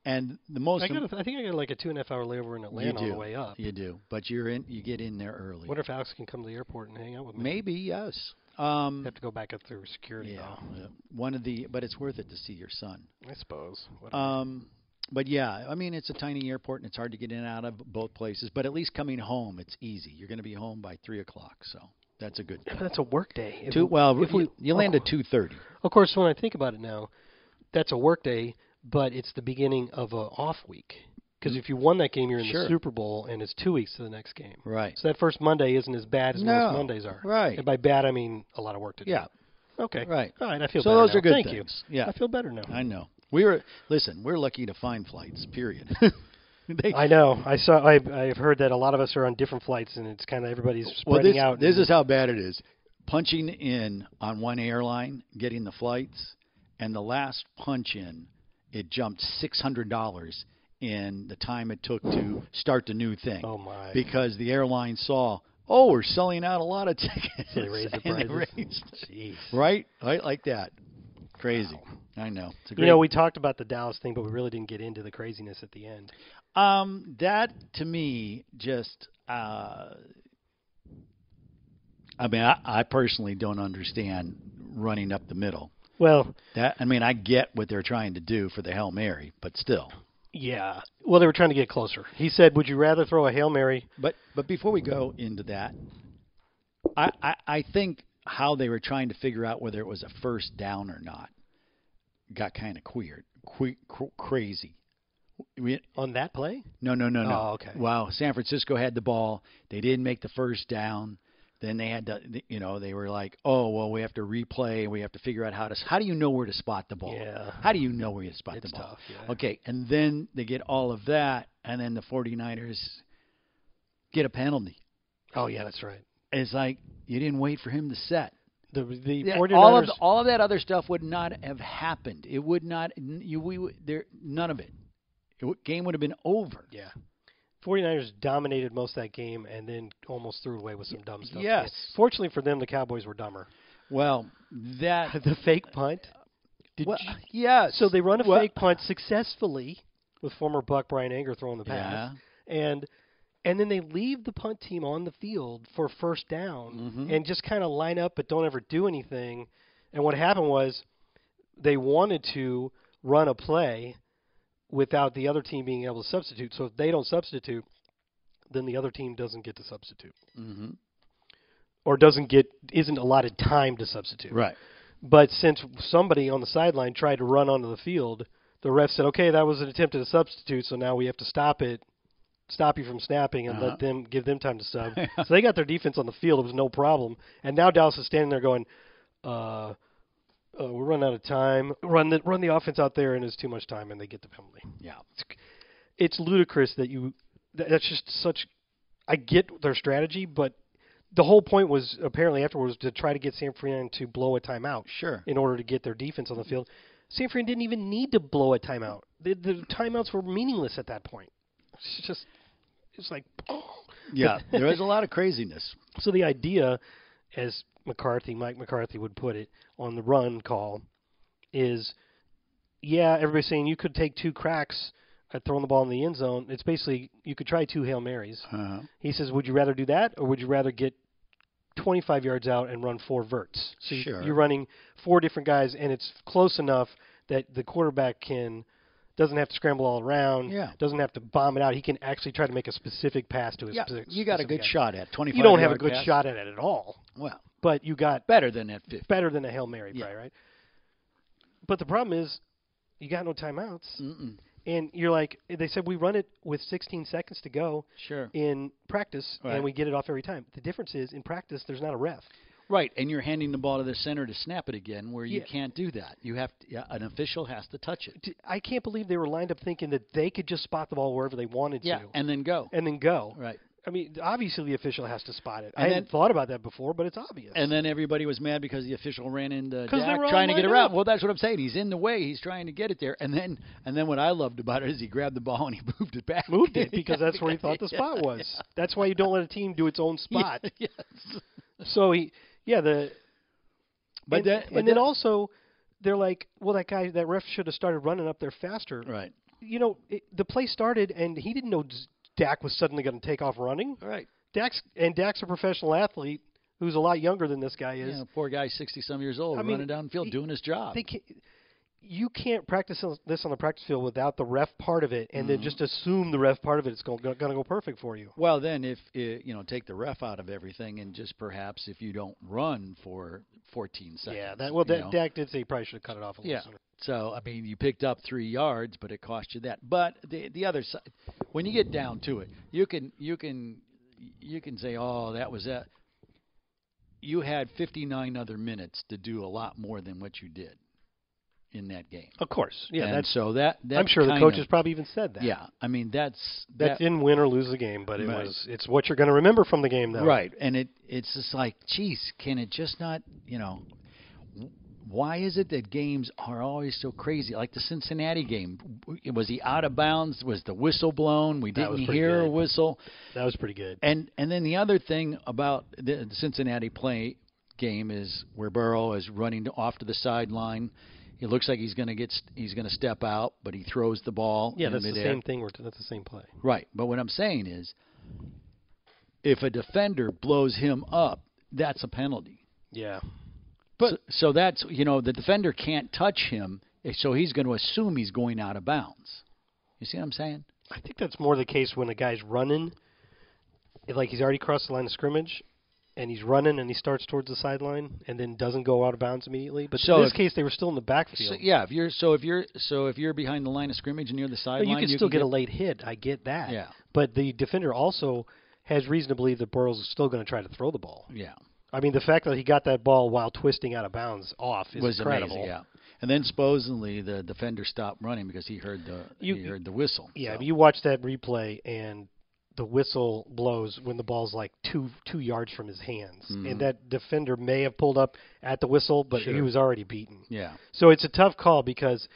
And the most I im- got. A, I think I got like a two and a half hour layover in you Atlanta do on the way up. you do, but you're in you get in there early. Wonder if Alex can come to the airport and hang out with me. Maybe yes. Um, have to go back up through security. yeah, though. yeah. one of the but it's worth it to see your son. I suppose. Whatever. Um, but yeah, I mean, it's a tiny airport and it's hard to get in and out of both places. But at least coming home, it's easy. You're going to be home by three o'clock, so that's a good thing. that's a work day. If Two, we- well, if you, we- Oh. you land at two thirty. Of course, when I think about it now, that's a work day, but it's the beginning of a off week. Because if you won that game, you're in Mm. Sure. the Super Bowl, and it's two weeks to the next game. Right. So that first Monday isn't as bad as No, most Mondays are. right. And by bad, I mean a lot of work to do. Yeah. Okay. Right. All right. I feel So better those now. are good Thank things. you. Yeah. I feel better now. I know. We were listen. We're lucky to find flights. Period. they, I know. I saw. I, I've heard that a lot of us are on different flights, and it's kind of everybody's well, spreading this, out. this is how bad it is. Punching in on one airline, getting the flights, and the last punch in, it jumped six hundred dollars in the time it took to start the new thing. Oh, my. Because the airline saw, oh, we're selling out a lot of tickets. So they raised the and they prices. raised- Jeez. right, right, like that. Crazy. I know. It's a great, You know, we talked about the Dallas thing, but we really didn't get into the craziness at the end. Um, that to me just uh, I mean, I, I personally don't understand running up the middle. Well, That I mean, I get what they're trying to do for the Hail Mary, but still. yeah. Well, they were trying to get closer. He said, "Would you rather throw a hail mary?" But but before we go into that, I, I I think how they were trying to figure out whether it was a first down or not got kind of queered, que- qu- crazy. We, On that play? No, no, no, no. Oh, okay. Wow, San Francisco had the ball. They didn't make the first down. Then they had to, you know, they were like, oh, well, we have to replay. We have to figure out how to. How do you know where to spot the ball? Yeah. How do you know where to spot It's the ball? tough, yeah. Okay, and then they get all of that, and then the 49ers get a penalty. Oh yeah, that's right. It's like you didn't wait for him to set. The the Yeah, 49ers all of all of that other stuff would not have happened. It would not. You we would- there none of it. It would- game would have been over. Yeah. 49ers dominated most of that game and then almost threw away with some dumb stuff. yes. Fortunately for them, the Cowboys were dumber. Well, that The fake punt. Did Well, you- yeah. so they run a well- fake punt successfully with former Buck Brian Anger throwing the pass. And and then they leave the punt team on the field for first down and just kind of line up but don't ever do anything. And what happened was they wanted to run a play without the other team being able to substitute. So if they don't substitute, then the other team doesn't get to substitute hmm or doesn't get isn't allotted time to substitute. Right. But since somebody on the sideline tried to run onto the field, the ref said, "Okay, that was an attempt at a substitute, so now we have to stop it, stop you from snapping, and Uh-huh. let them give them time to sub." so they got their defense on the field; it was no problem. And now Dallas is standing there going, "Uh, uh we're running out of time. Run the run the offense out there, and it's too much time, and they get the penalty." Yeah. It's ludicrous that you. that- That's just such. I get their strategy, but the whole point was apparently afterwards to try to get San Fran to blow a timeout Sure. in order to get their defense on the field. Sanford didn't even need to blow a timeout. The, the timeouts were meaningless at that point. It's just, it's like, Yeah, there was a lot of craziness. so the idea, as McCarthy, Mike McCarthy would put it on the run call, is yeah, everybody's saying you could take two cracks at throwing the ball in the end zone. It's basically you could try two Hail Marys. Uh, He says, would you rather do that or would you rather get 25 yards out and run four verts? So you- Sure. you're running four different guys, and it's close enough that the quarterback can doesn't have to scramble all around. Yeah. Doesn't have to bomb it out. He can actually try to make a specific pass to his. yeah, specific- you got a specific good guy. shot at twenty-five. You don't have a yard good pass. shot at it at all, Well, but you got better than at fifty. better than a hail mary Yeah. play, right? But the problem is, you got no timeouts, Mm-mm. and you're like they said we run it with 16 seconds to go Sure. in practice, Right. and we get it off every time. The difference is in practice, there's not a ref. Right, and you're handing the ball to the center to snap it again, where you Yeah. can't do that. You have to, yeah, an official has to touch it. D- I can't believe they were lined up thinking that they could just spot the ball wherever they wanted Yeah, to, and then go. and then go. Right. I mean, obviously the official has to spot it. I And hadn't then- thought about that before, but it's obvious. And then everybody was mad because the official ran into they Dak were all trying to get lined around. up. Well, that's what I'm saying. He's in the way. He's trying to get it there. And then, and then what I loved about it is he grabbed the ball and he moved it back. moved it because that's where he thought the spot was. That's why you don't let a team do its own spot. yes. So he, yeah, the But and, then, and but then also they're like, well, that guy, that ref should have started running up there faster. right, You know, it, the play started and he didn't know Z- Dak was suddenly going to take off running. right. Dak's and Dak's a professional athlete who's a lot younger than this guy is. Yeah, poor guy, sixty some years old, I mean, running downfield, he- doing his job. They can't, you can't practice on- this on the practice field without the ref part of it, and then Mm-hmm. just assume the ref part of it is going to go perfect for you. Well, then, if eh, you know, take the ref out of everything, and just perhaps if you don't run for 14 seconds. Yeah, that, well, you that, know. Dak did say he probably should have cut it off a little Yeah. sooner. So I mean, you picked up three yards, but it cost you that. But the the other side, when you get down to it, you can you can you can say, oh, that was that. You had 59 other minutes to do a lot more than what you did in that game. Of course, yeah. and That's, so that that's I'm sure the kind coaches of- probably even said that. Yeah, I mean that's that, that, didn't win or lose the game, but it Right. was it's what you're going to remember from the game, though. Right, and it it's just like, geez, can it just not? You know, why is it that games are always so crazy? Like the Cincinnati game, was he out of bounds? Was the whistle blown? We That was didn't pretty hear a good. whistle. That was pretty good. And and then the other thing about the Cincinnati play game is where Burrow is running to- off to the sideline. It looks like he's going to get st- he's going to step out, but he throws the ball. Yeah, in that's the midair. same thing. We're that's the same play. Right. But what I'm saying is, if a defender blows him up, that's a penalty. Yeah, But so, so that's you know the defender can't touch him, eh, so he's going to assume he's going out of bounds. You see what I'm saying? I think that's more the case when a guy's running, it- like he's already crossed the line of scrimmage, and he's running and he starts towards the sideline and then doesn't go out of bounds immediately. But So in this if- case, they were still in the backfield. So, yeah. If you're so if you're so if you're behind the line of scrimmage and near the But sideline, you can still get, a late hit. I get that. Yeah. But the defender also has reason to believe that Burrows is still going to try to throw the ball. yeah. I mean, the fact that he got that ball while twisting out of bounds off is was incredible. amazing. Yeah. And then supposedly the defender stopped running because he heard the You- he heard the whistle. Yeah, So- I mean, you watch that replay and the whistle blows when the ball's like two two yards from his hands, and that defender may have pulled up at the whistle, but he Mm-hmm. Sure. was already beaten. yeah. So it's a tough call because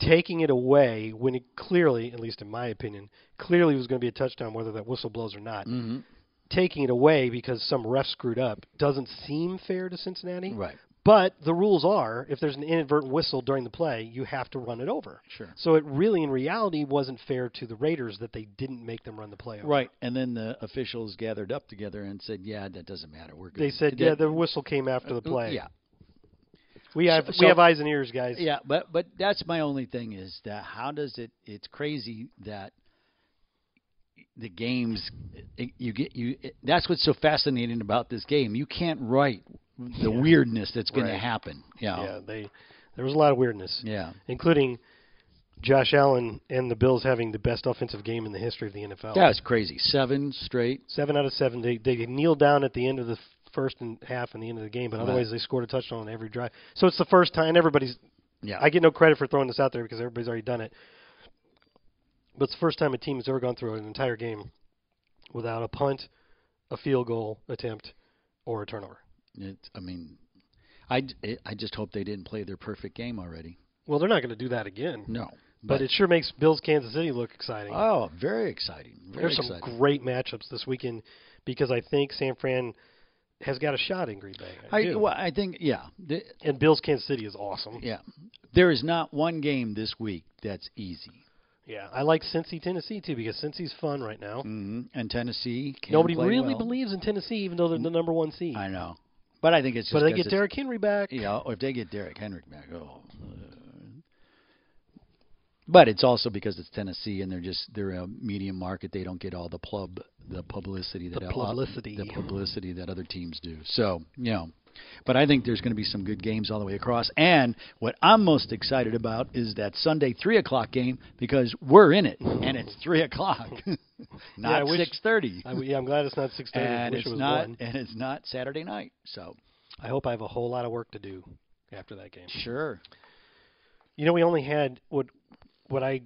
taking it away when it clearly, at least in my opinion, clearly was going to be a touchdown whether that whistle blows or not. Mhm. Taking it away because some ref screwed up doesn't seem fair to Cincinnati. Right. But the rules are if there's an inadvertent whistle during the play, you have to run it over. Sure. So it really, in reality, wasn't fair to the Raiders that they didn't make them run the play over. Right, and then the officials gathered up together and said, "Yeah, that doesn't matter. We're good." They said, That- yeah, the whistle came after the play. Uh, Yeah, We have, So- we have eyes and ears, guys. yeah, but but that's my only thing is that how does it? It's crazy that the games it- you get you. it- That's what's so fascinating about this game. You can't write the weirdness that's going to Right. happen. Yeah, Yeah, they, there was a lot of weirdness. yeah. including Josh Allen and the Bills having the best offensive game in the history of the NFL. That was crazy. Seven straight. Seven out of seven. They they kneeled down at the end of the first and half and the end of the game, but otherwise they scored a touchdown on every drive. So it's the first time and everybody's. Yeah, I get no credit for throwing this out there because everybody's already done it. But it's the first time a team has ever gone through an entire game without a punt, a field goal attempt, or a turnover. It, I mean, I, I just hope they didn't play their perfect game already. Well, they're not going to do that again. No. But, it sure makes Bills Kansas City look exciting. Oh, very exciting. Very There's some exciting. great matchups this weekend because I think San Fran has got a shot in Green Bay. I, I, do. well, I think, yeah. The, and Bills Kansas City is awesome. yeah. There is not one game this week that's easy. Yeah, I like Cincy, Tennessee too because Cincy's fun right now. hmm And Tennessee can Mm-hmm. Nobody play really well. believes in Tennessee, even though they're the number one seed. I know. But I think it's just but they 'cause get it's- Derrick Henry back. Yeah, or if they get Derrick Henry back, oh. But it's also because it's Tennessee, and they're just they're a medium market. They don't get all the plub the publicity that The a lot- publicity. the publicity that other teams do. So you know, but I think there's going to be some good games all the way across. And what I'm most excited about is that Sunday three o'clock game because we're in it, and it's three o'clock, I not wish- six thirty, I, yeah, I'm glad it's not six thirty. I and wish it's it was not one. and it's not Saturday night. So I hope I have a whole lot of work to do after that game. sure, You know, we only had what what I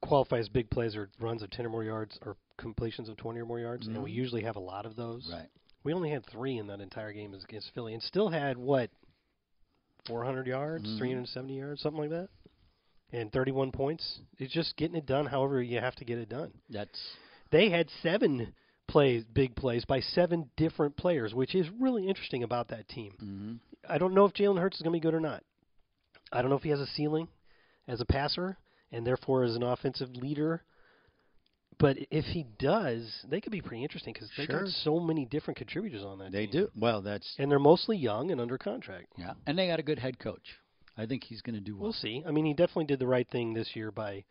qualify as big plays are runs of ten or more yards or completions of twenty or more yards, and we usually have a lot of those. right. We only had three in that entire game as- against Philly, and still had what four hundred yards, hundred seventy yards, something like that, and thirty-one points. It's just getting it done. However, you have to get it done. That's They had seven plays, big plays by seven different players, which is really interesting about that team. Mm-hmm. I don't know if Jalen Hurts is going to be good or not. I don't know if he has a ceiling as a passer and therefore as an offensive leader. But if he does, they could be pretty interesting because they Sure. got so many different contributors on that. They team. do. Well, that's and they're mostly young and under contract. yeah. And they got a good head coach. I think he's going to do well. We'll see. I mean, he definitely did the right thing this year by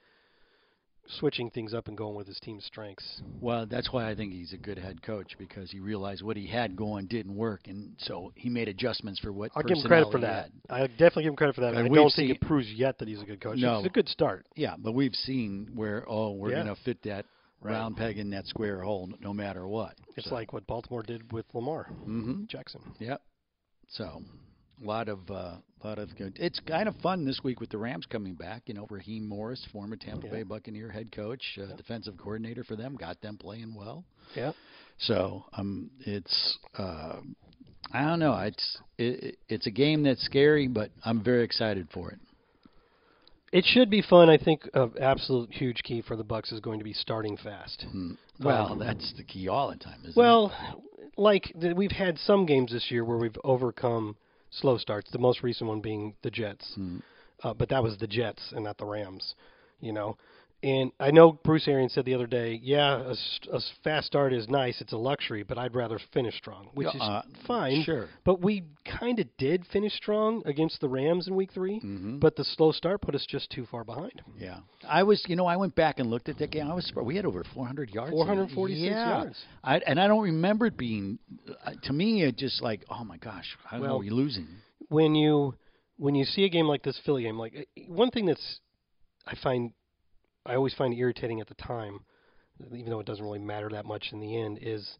switching things up and going with his team's strengths. Well, that's why I think he's a good head coach because he realized what he had going didn't work, and so he made adjustments for what. I'll give him credit personnel for he that. had. I definitely give him credit for that. And I we've don't think seen- it proves yet that he's a good coach. No. It's a good start. Yeah, but we've seen where oh we're Yeah. going to fit that round peg in that square hole n- no matter what. It's So, like what Baltimore did with Lamar mhm. Jackson. Yep. So a lot of uh, lot of good. It's kind of fun this week with the Rams coming back. You know, Raheem Morris, former Tampa Yeah. Bay Buccaneer head coach, uh, defensive coordinator for them, got them playing well. Yeah. So um, it's uh, I don't know. It's it, it's a game that's scary, but I'm very excited for it. It should be fun. I think an absolute huge key for the Bucks is going to be starting fast. Hmm. Well, that's the key all the time, isn't it? Well, like th- we've had some games this year where we've overcome slow starts. The most recent one being the Jets, Hmm. uh, but that was the Jets and not the Rams. You know, and I know Bruce Arians said the other day, yeah, a, s- a s- fast start is nice. It's a luxury, but I'd rather finish strong, which is Uh, fine. sure. But we kind of did finish strong against the Rams in Week 3 Mm-hmm. but the slow start put us just too far behind. Yeah, I was. You know, I went back and looked at that game. I was. surprised. We had over 400 yards. in it. 446 yeah. yards. I, and I don't remember it being. Uh, to me, it just like, oh my gosh, how Well- are we losing? when you when you see a game like this Philly game, like eh, one thing that's I find I always find irritating at the time, even though it doesn't really matter that much in the end, is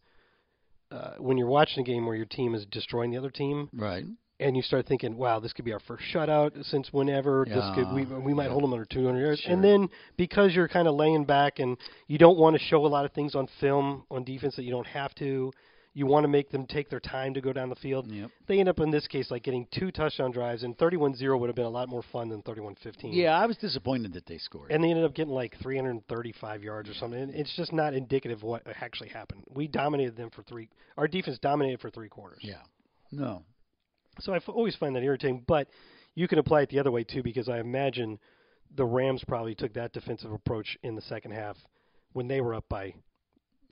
uh, when you're watching a game where your team is destroying the other team, Right. and you start thinking, "Wow, this could be our first shutout since whenever. This could we Yeah, we might yeah. hold them under 200 yards." And then because you're kind of laying back and you don't want to show a lot of things on film on defense that you don't have to, you want to make them take their time to go down the field. Yep. They end up in this case like getting two touchdown drives, and 31-0 would have been a lot more fun than 31-15. Yeah, I was disappointed that they scored. And they ended up getting like 335 yards or something. And it's just not indicative of what actually happened. We dominated them for three. Our defense dominated for three quarters. yeah. No. So I f- always find that irritating, but you can apply it the other way too, because I imagine the Rams probably took that defensive approach in the second half when they were up by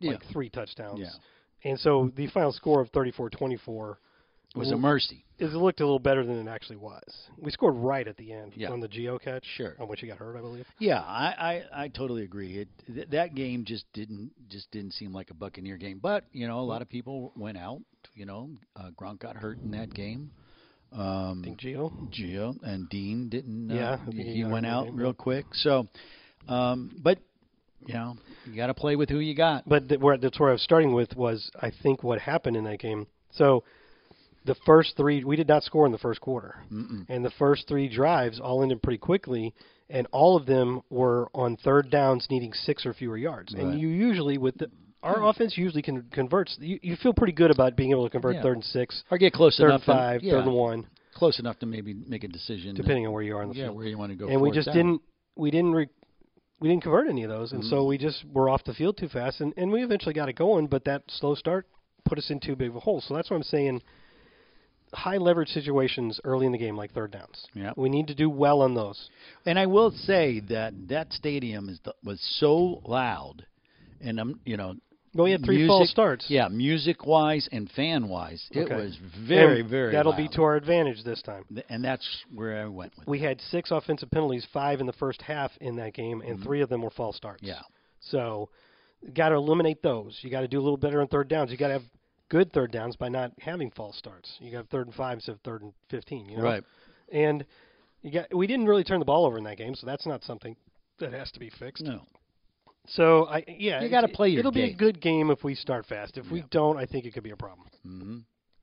Yeah. like three touchdowns. Yeah. And so the final score of 34-24 It was a mercy. is it looked a little better than it actually was. We scored right at the end Yeah. on the geo catch, Sure. Mm-hmm. on which he got hurt, I believe. Yeah, I, I, I totally agree. It th- that game just didn't just didn't seem like a Buccaneer game. But you know, a Mm-hmm. lot of people went out. You know, uh, Gronk got hurt in that game. Um, I think geo. Gio and Dean didn't. Uh, Yeah, I think he, he he got went hurt in out the game, real quick. So, um, but you know, you got to play with who you got. But th- where, that's where I was starting with was I think what happened in that game. So the first three, we did not score in the first quarter, and the first three drives all ended pretty quickly, and all of them were on third downs needing six or fewer yards. Right. Hmm. And you usually with the, our offense usually can converts. You, you feel pretty good about being able to convert Yeah. third and six, Or get close third enough and five, yeah, third and one. close enough to maybe make a decision. depending on where you are in the yeah, field. where you want to go. and we fourth just down. Mm-hmm. didn't we didn't re, we didn't convert any of those, and so we just were off the field too fast, and and we eventually got it going, but that slow start put us in too big of a hole. So that's what I'm saying. High leverage situations early in the game, like third downs. Yeah. We need to do well on those. And I will say that that stadium is the, was so loud, and I'm you know. Well, we had three false starts. Yeah, music wise and fan wise, it Okay. was very And very. That'll be loud. to our advantage this time. Th- and that's where I went with. it. We had six offensive penalties, five in the first half in that game, and three of them were false starts. Mm-hmm. Yeah. So, got to eliminate those. You got to do a little better on third downs. You got to have good third downs by not having false starts. You got third and five instead of third and fifteen. You know? Right. And you got we didn't really turn the ball over in that game, so that's not something that has to be fixed. No. So I yeah, Mm. You gotta it- play your It'll be a game. good game if we start fast. If we don't, I think it could be a problem.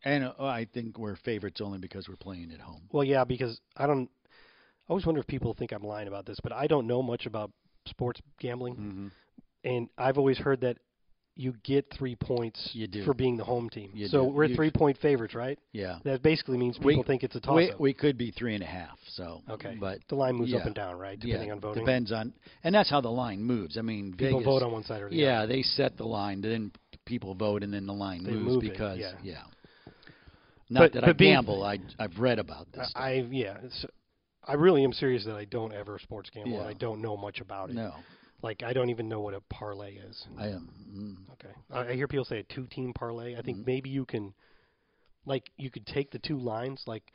And uh, I think we're favorites only because we're playing at home. Well, yeah, because I don't. I always wonder if people think I'm lying about this, but I don't know much about sports gambling, Mm. and I've always heard that you get three points You do. for being the home team. You so do. we're You- three point favorites, right? Yeah. That basically means people think it's a toss We, up. we could be three and a half. So okay, but the line moves yeah. up and down, right? Depending yeah, on voting. depends on, and that's how the line moves. I mean, people Vegas- vote on one side or the Yeah, other. they set the line. Then people vote, and then the line They moves move it, because yeah. Not But- that I but being- gamble. I I've read about this. stuff. I yeah. It's, I really am serious that I don't ever sports gamble. and Yeah. I don't know much about it. no, Like I don't even know what a parlay is. I am. mm, Okay. I, I hear people say a two team parlay. I Mm-hmm. think maybe you can, like, you could take the two lines. Like,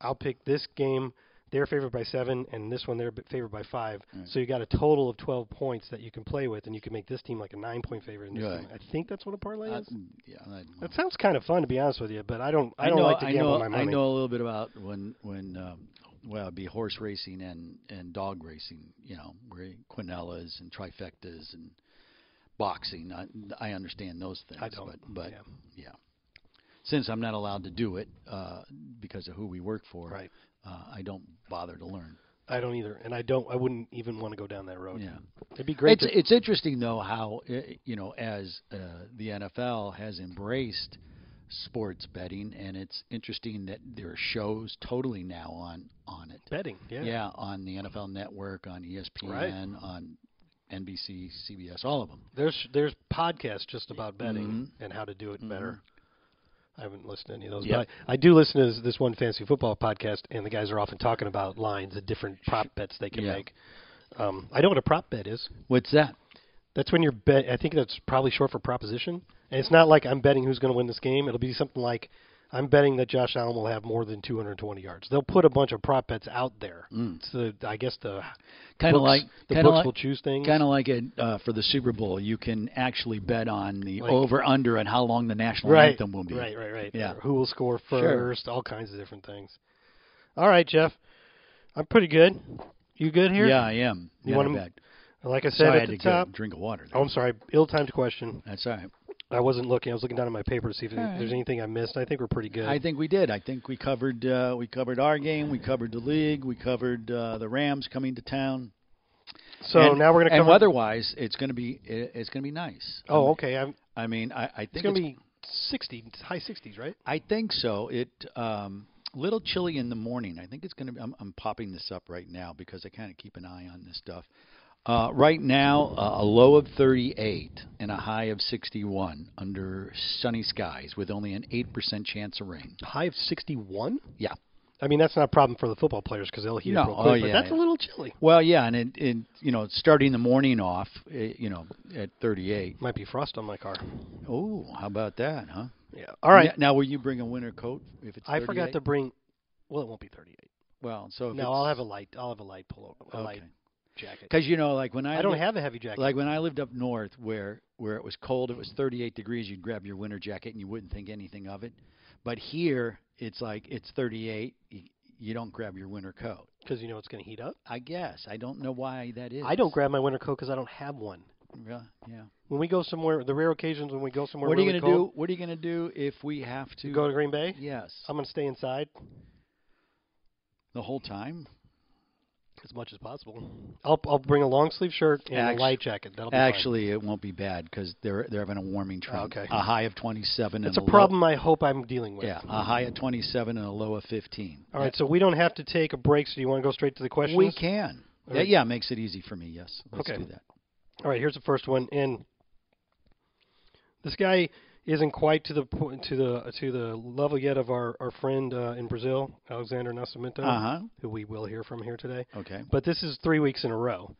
I'll pick this game, they're favored by seven, and this one, they're b- favored by five. So you got a total of 12 points that you can play with, and you can make this team like a nine point favorite. And this Right. team. I think that's what a parlay I, is. yeah, I, That sounds kind of fun, to be honest with you, but I don't, I don't know, like to I gamble know, my money. I know a little bit about when when um, well, it'd be horse racing and and dog racing. You know, where quinellas and trifectas and boxing. I, I understand those things. I don't, But, but yeah. yeah. Since I'm not allowed to do it uh, because of who we work for, Right. uh, I don't bother to learn. I don't either, and I don't. I wouldn't even want to go down that road. Yeah. it'd be great. It's to, it's interesting though how uh, you know as uh, the NFL has embraced sports betting, and it's interesting that there are shows totally now on on it. betting, yeah. Yeah, on the NFL Network, on E ESPN, on NBC, CBS, all of them. There's there's podcasts just about betting and how to do it better. I haven't listened to any of those, Mm-hmm. Yep. but I, I do listen to this, this one fantasy football podcast, and the guys are often talking about lines and different prop bets they can Yeah. make. Um, I know what a prop bet is. What's that? That's when you're bet. I think that's probably short for proposition, and it's not like I'm betting who's going to win this game. It'll be something like I'm betting that Josh Allen will have more than 220 yards. They'll put a bunch of prop bets out there. So I guess the Kind of books- like the Mm. kinda books like, will choose things. Kind of like it uh, for the Super Bowl. You can actually bet on the Like- over under and how long the national right. anthem will be. Right, right, right. Yeah. Or Who will score Sure. first? All kinds of different things. All right, Jeff. I'm pretty good. You good here? Yeah, I am. You Matter want of him- fact. Like I said Sorry, I at had the to get a top. drink of water. There. Oh, I'm sorry. Ill-timed question. That's all right. I wasn't looking. I was looking down at my paper to see if there's anything I missed. I think we're pretty good. I think we did. I think we covered uh, we covered our game. We covered the league. We covered uh, the Rams coming to town. so And- now we're going to and cover. weather-wise, it's going to be it, it's going to be nice. oh, okay. I'm, I mean, I, I think it's it's going to be 60, high 60s, right? I think so. It um, little chilly in the morning. I think it's going to. be I'm, I'm popping this up right now because I kind of keep an eye on this stuff. Uh, right now, uh, a low of 38 and a high of 61 under sunny skies with only an 8% chance of rain. High of 61. Yeah. I mean, that's not a problem for the football players because they'll heat No. up real Oh, quick. but yeah, that's yeah. a little chilly. Well, yeah, and it, it you know starting the morning off, eh, you know at 38. Might be frost on my car. Oh, how about that, huh? Yeah. All right. N- Now, will you bring a winter coat if it's? I forgot 38? to bring. Well, it won't be 38. Well, so No, I'll have a light. I'll have a light pullover, a light Okay. jacket. because you know like when I I don't look- have a heavy jacket. Like when I lived up north, where where it was cold, it was 38 degrees. You'd grab your winter jacket and you wouldn't think anything of it. But here, it's like it's 38. You, you don't grab your winter coat. because you know it's going to heat up. I guess I don't know why that is. I don't grab my winter coat because I don't have one. Yeah. yeah. When we go somewhere, the rare occasions when we go somewhere, What are you really gonna do? cold, What are you gonna do if we have to Go to Green Bay. Yes. I'm going to stay inside. the whole time. as much as possible. I'll I'll bring a long sleeve shirt and Actu- a light jacket. That'll be fine. Actually, it won't be Ah, bad because they're they're having a warming trend. Okay. A high of 27. It's a and problem I hope I'm dealing with. Low, yeah, a high of 27 and a low of 15. All right, so we don't have to take a break. So do you want to go straight to the questions? We can. All Yeah, right. yeah, makes it easy for me. Yes, let's Okay. do that. All right, here's the first one, and this guy isn't quite to the point to the to the level yet of our our friend uh, in Brazil, Alexander Nascimento, Uh who we will hear from here today. huh. Okay. But this is three weeks in a row,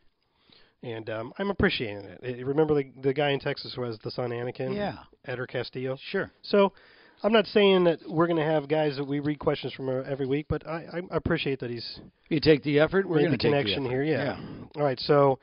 and um, I'm appreciating it. Eh, Remember the the guy in Texas who has the son Anakin, Yeah. Eder Castillo. Sure. So I'm not saying that we're going to have guys that we read questions from uh, every week, but I, I appreciate that he's You take the effort. We're Made going to the connection take the here. effort. Yeah. All right. So,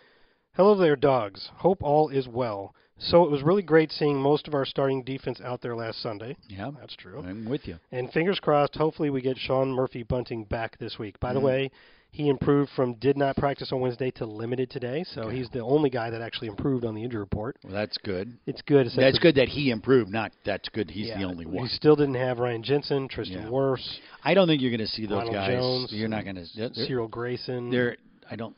hello there, dogs. Hope all is well. So it was really great seeing most of our starting defense out there last Sunday. Yeah. That's yeah. true. I'm with you. And fingers crossed. Hopefully, we get Sean Murphy Bunting back this week. By the Mm-hmm. way, he improved from did not practice on Wednesday to limited today. So he's the only guy that actually improved on the injury report. Well, that's good. It's good. except That's for- good that he improved. Not that's good. He's yeah, the only one. We still didn't have Ryan Jensen, Tristan Yeah. Wirfs, I don't think you're going to see those Ronald guys. Jones, you're not going to. They're, Cyril Grayson. they're. I don't.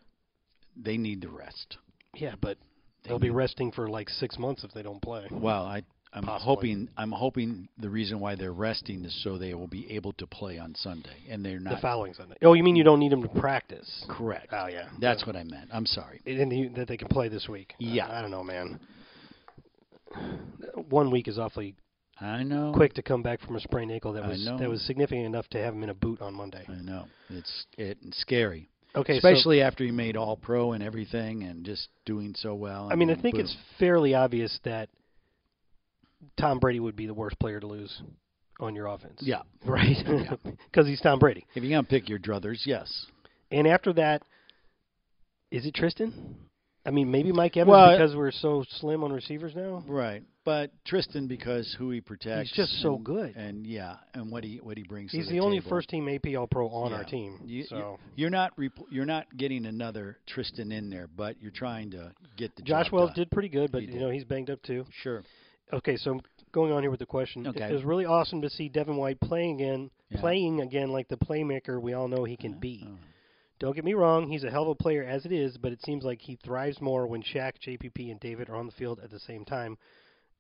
They need the rest. yeah, but they'll be resting for like six months if they don't play. Well, I. I'm Possibly. hoping. I'm hoping the reason why they're resting is so they will be able to play on Sunday, and they're The not. following Sunday. Oh, you mean you don't need them to practice? correct. Oh yeah, That's what I meant. I'm sorry. and you, that they can play this week. Yeah. I, I don't know, man. One week is awfully I know. quick to come back from a sprained ankle. That I was know. that was significant enough to have him in a boot on Monday. I know. It's it, it's scary. Okay, so- Especially after he made all pro and everything and just doing so well. I mean, I then think boom. it's fairly obvious that Tom Brady would be the worst player to lose on your offense. Yeah. Right. Because he's Tom Brady. If you're going to pick your druthers, yes. And after that, is it Tristan? I mean, maybe Mike Evans Well, because we're so slim on receivers now. Right. But Tristan, because who he protects. He's just so and- good. And yeah, and what he what he brings to He's the, the only table. first team AP All Pro on Yeah. our team. You, you- so You're not repl- you're not getting another Tristan in there, but you're trying to get the Josh job Wells done. did pretty good, but He you did. know he's banged up too. Sure. Okay, so going on here with the question, Okay. it was really awesome to see Devin White playing again, Yeah. Oh. playing again like the playmaker we all know he can be. Don't get me wrong, he's a hell of a player as it is, but it seems like he thrives more when Shaq, JPP, and David are on the field at the same time,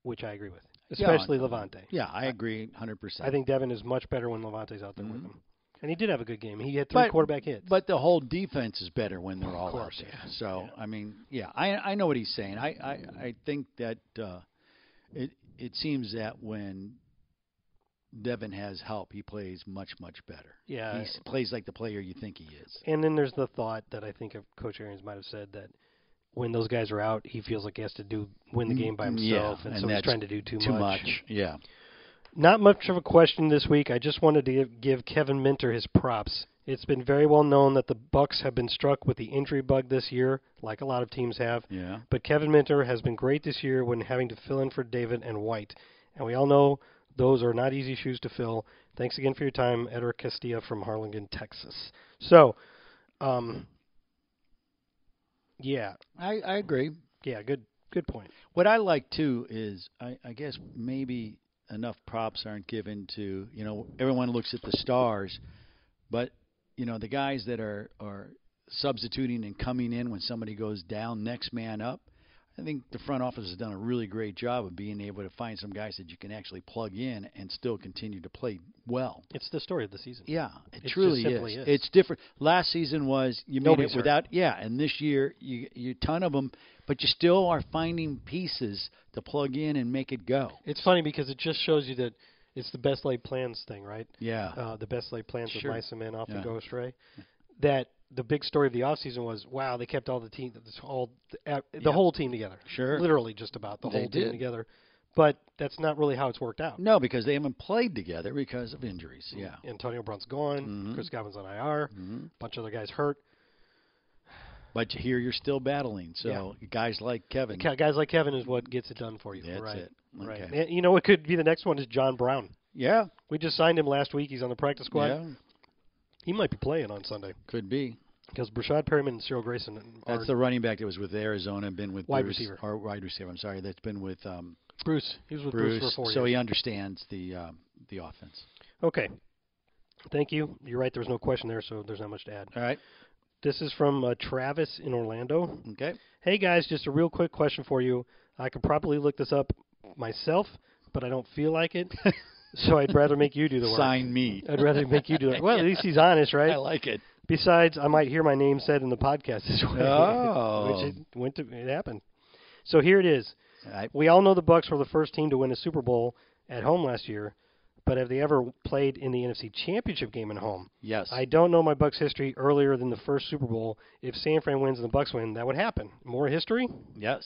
which I agree with, Yeah, I- especially Levante. Yeah, I agree 100%. I think Devin is much better when Levante's out there with him, and he did have a good game. He had three Mm-hmm. But- quarterback hits. But the whole defense is better when they're all course, out there. So I mean, yeah, I I know what he's saying. I I, I think that uh, it it seems that when Devin has help, he plays much much better. Yeah. he s- plays like the player you think he is. And then there's the thought that I think of Coach Arians might have said that when those guys are out, he feels like he has to do win the game by himself, Mm, yeah, and, and so he's that's trying to do too, Too much. Yeah. Not much of a question this week. I just wanted to give- give Kevin Minter his props. It's been very well known that the Bucks have been struck with the injury bug this year, like a lot of teams have. Yeah. But Kevin Minter has been great this year when having to fill in for David and White, and we all know those are not easy shoes to fill. Thanks again for your time, Edward Castilla from Harlingen, Texas. So, um, yeah, I I agree. yeah, good, good point. What I like too is I, I guess maybe enough props aren't given to you know everyone looks at the stars, but you know the guys that are are substituting and coming in when somebody goes down, next man up. I think the front office has done a really great job of being able to find some guys that you can actually plug in and still continue to play well. It's the story of the season. Yeah, it just truly simply is. is. It's different. Last season was you made Nobody's it without. Yeah, and this year you you ton of them, but you still are finding pieces to plug in and make it go. It's funny because it just shows you that it's the best laid plans thing, right? Yeah, Uh, the best laid plans Sure. of mice and men often Yeah. go astray. That the big story of the offseason was, wow, they kept all the team, this all the whole team together. Sure. literally just about the They whole team did. together. But that's not really how it's worked out. no, because they haven't played together because of injuries. Yeah, Mm-hmm. Antonio Brown's gone. Chris Godwin's on IR. A bunch of other guys hurt. but you hear you're still battling. So guys like Kevin, Ca- Guys like Kevin is what gets it done for you. That's right. it. Right. Okay. And, you know what could be the next one is John Brown. yeah, We just signed him last week. He's on the practice squad. yeah, He might be playing on Sunday could be. because Brashad Perryman and Cyril Grayson are That's the running back that was with Arizona and been with Wide Bruce- receiver. or wide receiver. I'm sorry, that's been with um, Bruce. He was with Bruce, Bruce, for four so years. he understands the um, the offense. okay. Thank you. You're right. There was no question there, so there's not much to add. All right. This is from uh, Travis in Orlando. Okay. Hey guys, just a real quick question for you. I could probably look this up myself, but I don't feel like it, so I'd rather make you do the work. Sign me. I'd rather make you do it. Well, at least he's honest, right? I like it. Besides, I might hear my name said in the podcast this way, Oh. which it went to it happened. So here it is. I, We all know the Bucks were the first team to win a Super Bowl at home last year, but have they ever played in the NFC Championship game at home? yes. I don't know my Bucks history earlier than the first Super Bowl. If San Fran wins and the Bucks win, that would happen. More history? yes.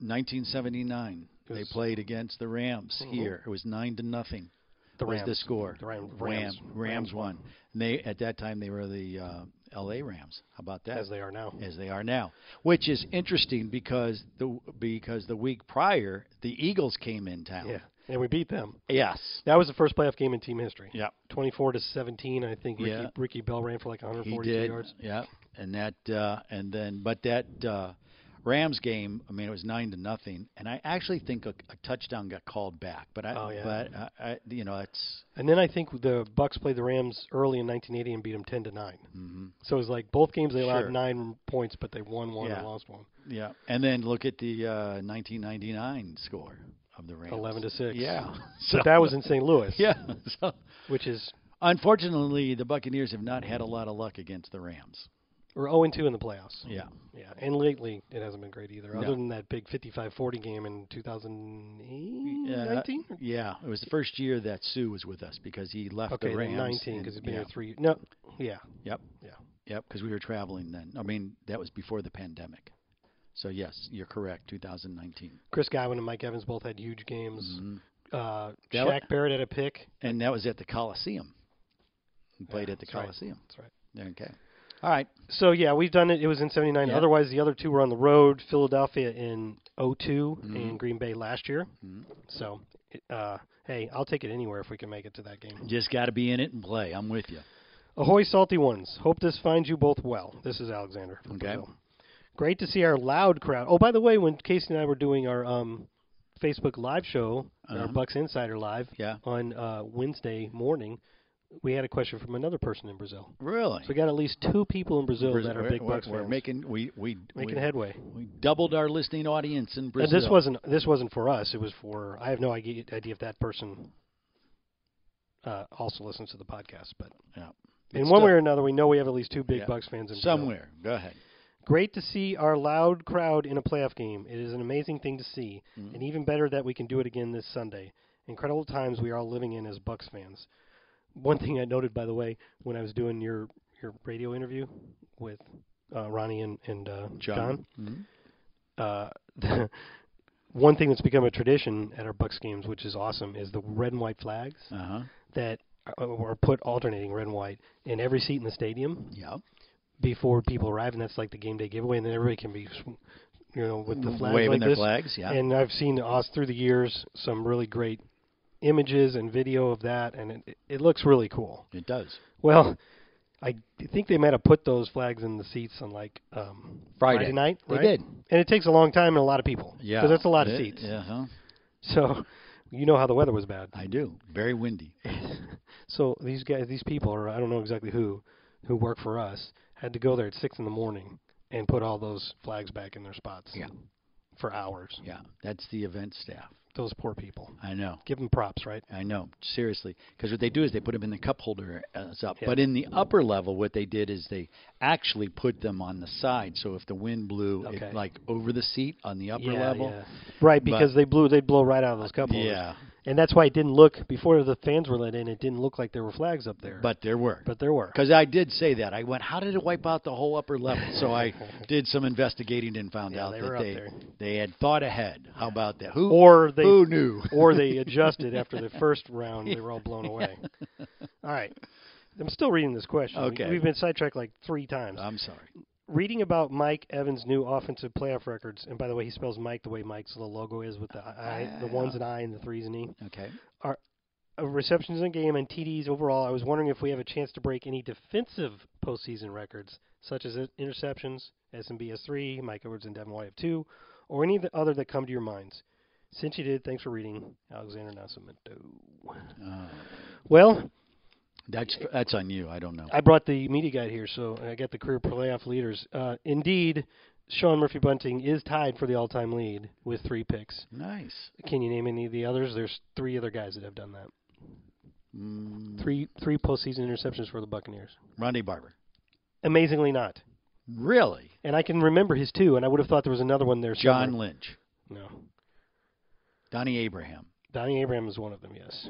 1979. They Yes. played against the Rams here. It was nine to nothing. Mm-hmm. The was Rams. the score. The Ram- Ram- Rams. Rams, won. And they at that time they were the uh, L.A. Rams. How about that? as they are now. as they are now, which is interesting because the because the week prior the Eagles came in town. Yeah, and we beat them. Yes. That was the first playoff game in team history. Yeah. 24 to 17, I think. Ricky, Yeah. Ricky Bell ran for like He 142 did. yards. Yeah. And that uh, and then but that uh, Rams game, I mean, it was nine to nothing, and I actually think a, a touchdown got called back. But I Oh, yeah. but I, I you know that's And then I think the Bucks played the Rams early in 1980 and beat them 10 to 9. Mm-hmm. So it was like both games they allowed Sure. nine points, but they won one Yeah. and lost one. yeah. And then look at the uh, 1999 score of the Rams. 11 to six. Yeah. So But that was in St. Louis, yeah. So which is unfortunately, the Buccaneers have not had a lot of luck against the Rams. we're 0 2 in the playoffs. Yeah. Yeah, and lately it hasn't been great either. Other No. than that big 55-40 game in 2018, Yeah, Yeah, it was the first year that Sue was with us because he left okay, the Rams. 19 because and- it's been yeah, here three. No, yeah, Yep. yeah. Yep, because we were traveling then. I mean, that was before the pandemic. So yes, you're correct. 2019, Chris Godwin and Mike Evans both had huge games. Mm-hmm. Uh, That Shaq Barrett had a pick. and that was at the Coliseum. We played at the that's right. Coliseum. That's right. Okay. All right. So yeah, we've done it. It was in '79. Yeah. Otherwise, the other two were on the road: Philadelphia in 2 Mm-hmm. and Green Bay last year. So, it- uh, hey, I'll take it anywhere if we can make it to that game. Just got to be in it and play. I'm with you. Ahoy, salty ones! Hope this finds you both well. This is Alexander. From Okay. Brazil. Great to see our loud crowd. Oh, by the way, when Casey and I were doing our um, Facebook live show, our Bucks Insider Live, Uh-huh. Yeah. on uh, Wednesday morning, we had a question from another person in Brazil. Really? So we got at least two people in Brazil Brazil- that are we're- big we're- Bucks We're fans. making we we Making we, headway. We doubled our listening audience in And Brazil. this wasn't this wasn't for us. It was for I have no idea, idea if that person uh, also listens to the podcast. But Yeah. in But one way still, or another, we know we have at least two big Yeah. Bucks fans in Brazil. somewhere. Go ahead. Great to see our loud crowd in a playoff game. It is an amazing thing to see, Mm-hmm. and even better that we can do it again this Sunday. Incredible times we are all living in as Bucks fans. One thing I noted, by the way, when I was doing your your radio interview with uh, Ronnie and and uh, John. Mm-hmm. John uh, one thing that's become a tradition at our Bucks games, which is awesome, is the red and white flags Uh huh. that are, are put alternating red and white in every seat in the stadium Yeah. before people arrive, and that's like the game day giveaway, and then everybody can be, you know, with the flags Waving like their this. flags. Yeah. And I've seen us through the years some really great images and video of that, and it, it looks really cool. it does. Well, I think they might have put those flags in the seats on like um, Friday. night. They right? did. and it takes a long time and a lot of people. Yeah. because that's a lot of It- seats. Yeah. Huh? So you know how the weather was bad. I do. Very windy. So these guys, these people, or I don't know exactly who, who work for us, had to go there at six in the morning and put all those flags back in their spots. Yeah. For hours. Yeah, that's the event staff. Those poor people. I know. Give them props, right? I know, seriously, because what they do is they put them in the cup holder uh, as up. Yeah. But in the upper level, what they did is they actually put them on the side. So if the wind blew, Okay. it, like over the seat on the upper yeah, level, yeah. Right, But- because they blew, they'd blow right out of those cup holders. Yeah. And that's why it didn't look before the fans were let in. It didn't look like there were flags up there. but there were. but there were. Because I did say that. I went, how did it wipe out the whole upper level? So I did some investigating and found Yeah, out they were that up they there. they had thought ahead. How about that? Who Or they who knew? or they adjusted after the first round. They were all blown away. All right. I'm still reading this question. We- Okay. We've been sidetracked like three times. I'm sorry. reading about Mike Evans' new offensive playoff records, and by the way, he spells Mike the way Mike's little logo is with the I, the ones and I and the threes and E. Okay. Are uh, receptions in game and TDs overall? I was wondering if we have a chance to break any defensive postseason records, such as interceptions, SMB has three, Mike Edwards and Devin White have two, or any of the other that come to your minds. Since you did, thanks for reading, Alexander Nascimento. Well, That's that's on you. I don't know. I brought the media guide here, so I got the career playoff leaders. Uh, indeed, Sean Murphy Bunting is tied for the all-time lead with three picks. Nice. Can you name any of the others? There's three other guys that have done that. Three three postseason interceptions for the Buccaneers. Rondé Mm, Barber. Amazingly not. Really? And I can remember his two, and I would have thought there was another one there. John somewhere. Lynch. No. Donnie Abraham. Donnie Abraham is one of them, yes.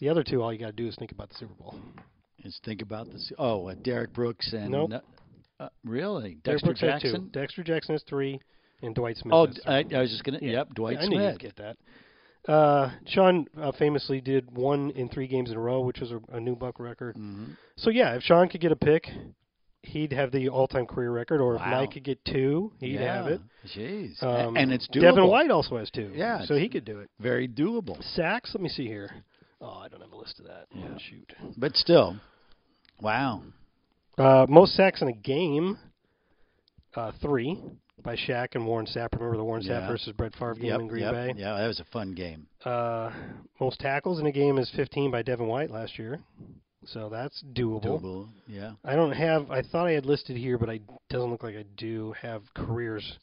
The other two, all you got to do is think about the Super Bowl. Let's think about this. Oh, uh, Derek Brooks and Nope. uh, uh, really Derrick Dexter Brooks had two. Jackson. Dexter Jackson is three, and Dwight Smith. Oh, has three. I, I was just gonna. Yep, Dwight I knew Smith. you'd get that. Uh, Sean uh, famously did one in three games in a row, which was a, a new buck record. Mm-hmm. So yeah, if Sean could get a pick, he'd have the all-time career record, or if Wow. Mike could get two, he'd yeah. have it. Jeez. A- Um, and it's doable. Devin White also has two. Yeah, so it's- he could do it. Very doable. Sacks. Let me see here. Oh, I don't have a list of that. Oh, shoot. But still, wow. Uh, most sacks in a game, uh, three by Shaq and Warren Sapp. Remember the Warren Sapp Yeah. versus Brett Favre game Yep, in Green yep, Bay? Yeah, that was a fun game. Uh, most tackles in a game is 15 by Devin White last year, so that's doable. Doable. Yeah. I don't have. I thought I had listed here, but I doesn't look like I do have careers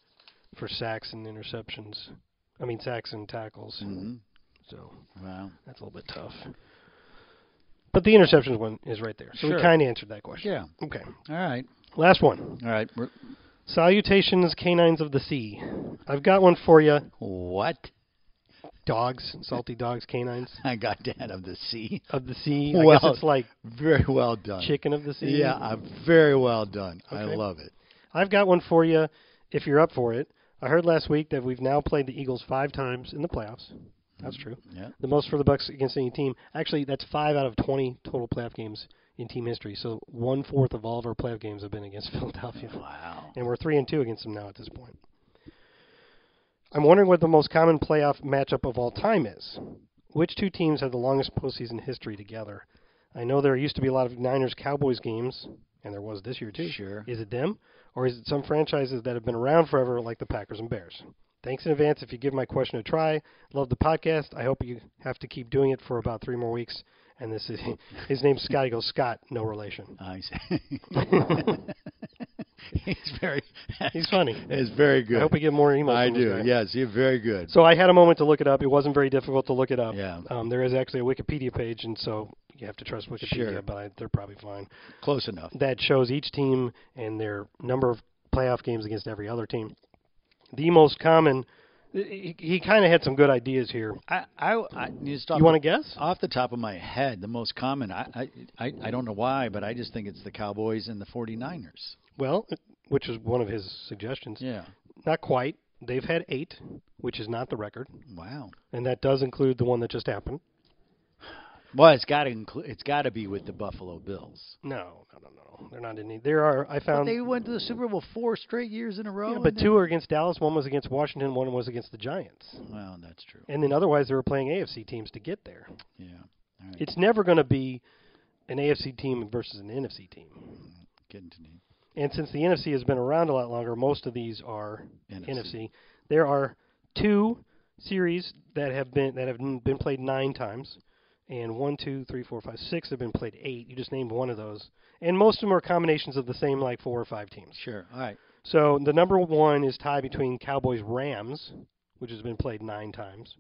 for sacks and interceptions. I mean sacks and tackles. Mhm. So Wow. that's a little bit tough. But the interceptions one is right there, so Sure. we kind of answered that question. Yeah. Okay. All right. Last one. All right. We're- Salutations, canines of the sea. I've got one for you. What? Dogs, salty dogs, canines I got that of the sea. of the sea. I guess Well- it's like Very well done. chicken of the sea. Yeah, uh, very well done. I Okay. love it. I've got one for you if you're up for it. I heard last week that we've now played the Eagles five times in the playoffs. That's true. Mm, Yeah. The most for the Bucks against any team. Actually, that's five out of 20 total playoff games in team history. So one fourth of all of our playoff games have been against Philadelphia. Wow. and we're three and two against them now at this point. I'm wondering what the most common playoff matchup of all time is. Which two teams have the longest postseason history together? I know there used to be a lot of Niners Cowboys games, and there was this year too. Sure. Is it them, or is it some franchises that have been around forever, like the Packers and Bears? Thanks in advance if you give my question a try. Love the podcast. I hope you have to keep doing it for about three more weeks. And this is his name's Scott. He goes Scott, no relation. I see. Uh, He's very. He's funny. It's very good. I hope we get more emails. I from this do. guy. Yes, you're very good. So I had a moment to look it up. It wasn't very difficult to look it up. Yeah. Um, there is actually a Wikipedia page, and so you have to trust Wikipedia, Sure. but I, they're probably fine. Close enough. That shows each team and their number of playoff games against every other team. The most common. He, he kind of had some good ideas here. I, I, I need to stop. You want to guess? Off the top of my head, the most common, I, I, I, I don't know why, but I just think it's the Cowboys and the 49ers. Well, which was one of his suggestions. Yeah. Not quite. They've had eight, which is not the record, Wow. and that does include the one that just happened. Well, it's got to include. It's got to be with the Buffalo Bills. No, no, no, no. They're not in. any- There are. I found. they went to the Super Bowl four straight years in a row. Yeah, and but they- two are against Dallas, one was against Washington, one was against the Giants. Well, that's true. And then otherwise they were playing AFC teams to get there. Yeah. All right. It's never going to be an AFC team versus an NFC team. Mm, Getting to me. And since the NFC has been around a lot longer, most of these are NFC. NFC. There are two series that have been that have n- been played nine times, and one, two, three, four, five, six have been played eight. You just named one of those, and most of them are combinations of the same like four or five teams. Sure. All right. So the number one is tied between Cowboys Rams, which has been played nine times.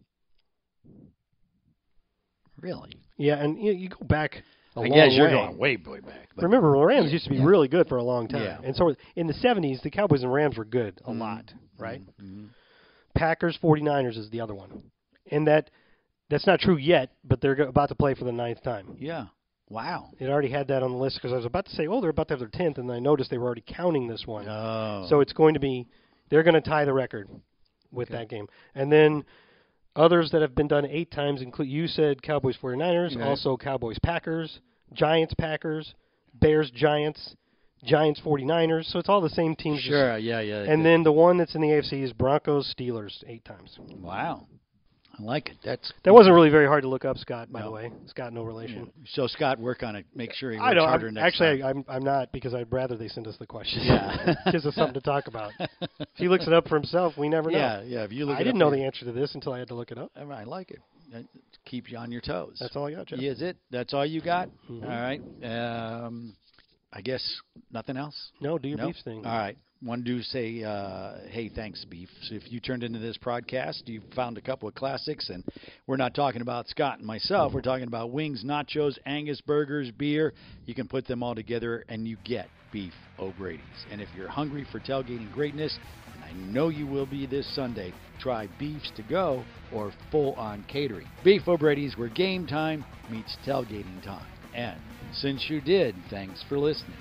Really? Yeah, and you, you go back a I long guess you're way. going way, way back. But Remember, the Rams used to be really good for a long time, Yeah. Mm-hmm. and so in the '70s, the Cowboys and Rams were good a lot, right? Packers 49ers is the other one, and that that's not true yet, but they're go- about to play for the ninth time. yeah. Wow. It already had that on the list because I was about to say, oh, they're about to have their tenth, and I noticed they were already counting this one. Oh. So it's going to be they're going to tie the record with that game. And then others that have been done eight times include you said Cowboys 49ers, Right. also Cowboys Packers, Giants Packers, Bears Giants, Giants 49ers. So it's all the same teams. sure. Yeah. Yeah. And then the one that's in the AFC is Broncos Steelers eight times. Wow. I like it. That's That wasn't really very hard to look up, Scott. By the No. way, Scott, no relation. So Scott, work on it. Make sure he works I don't. harder I'm- next actually, time. I, I'm I'm not because I'd rather they send us the question. Yeah. gives us something to talk about. If he looks it up for himself, we never know. yeah. Yeah. If you look, I didn't know the answer to this until I had to look it up. the. I like it. That keeps you on your toes. That's all I got, Jeff. Mm-hmm. Is it? That's all you got? All right. Um, I guess nothing else? No, do your No? beef thing. All right. One do say, uh, hey, thanks, Beef. So if you turned into this podcast, you found a couple of classics, and we're not talking about Scott and myself. We're talking about wings, nachos, Angus burgers, beer. You can put them all together, and you get Beef O'Brady's. And if you're hungry for tailgating greatness, and I know you will be this Sunday, try Beefs to Go or Full On Catering. Beef O'Brady's, where game time meets tailgating time. And since you did, thanks for listening.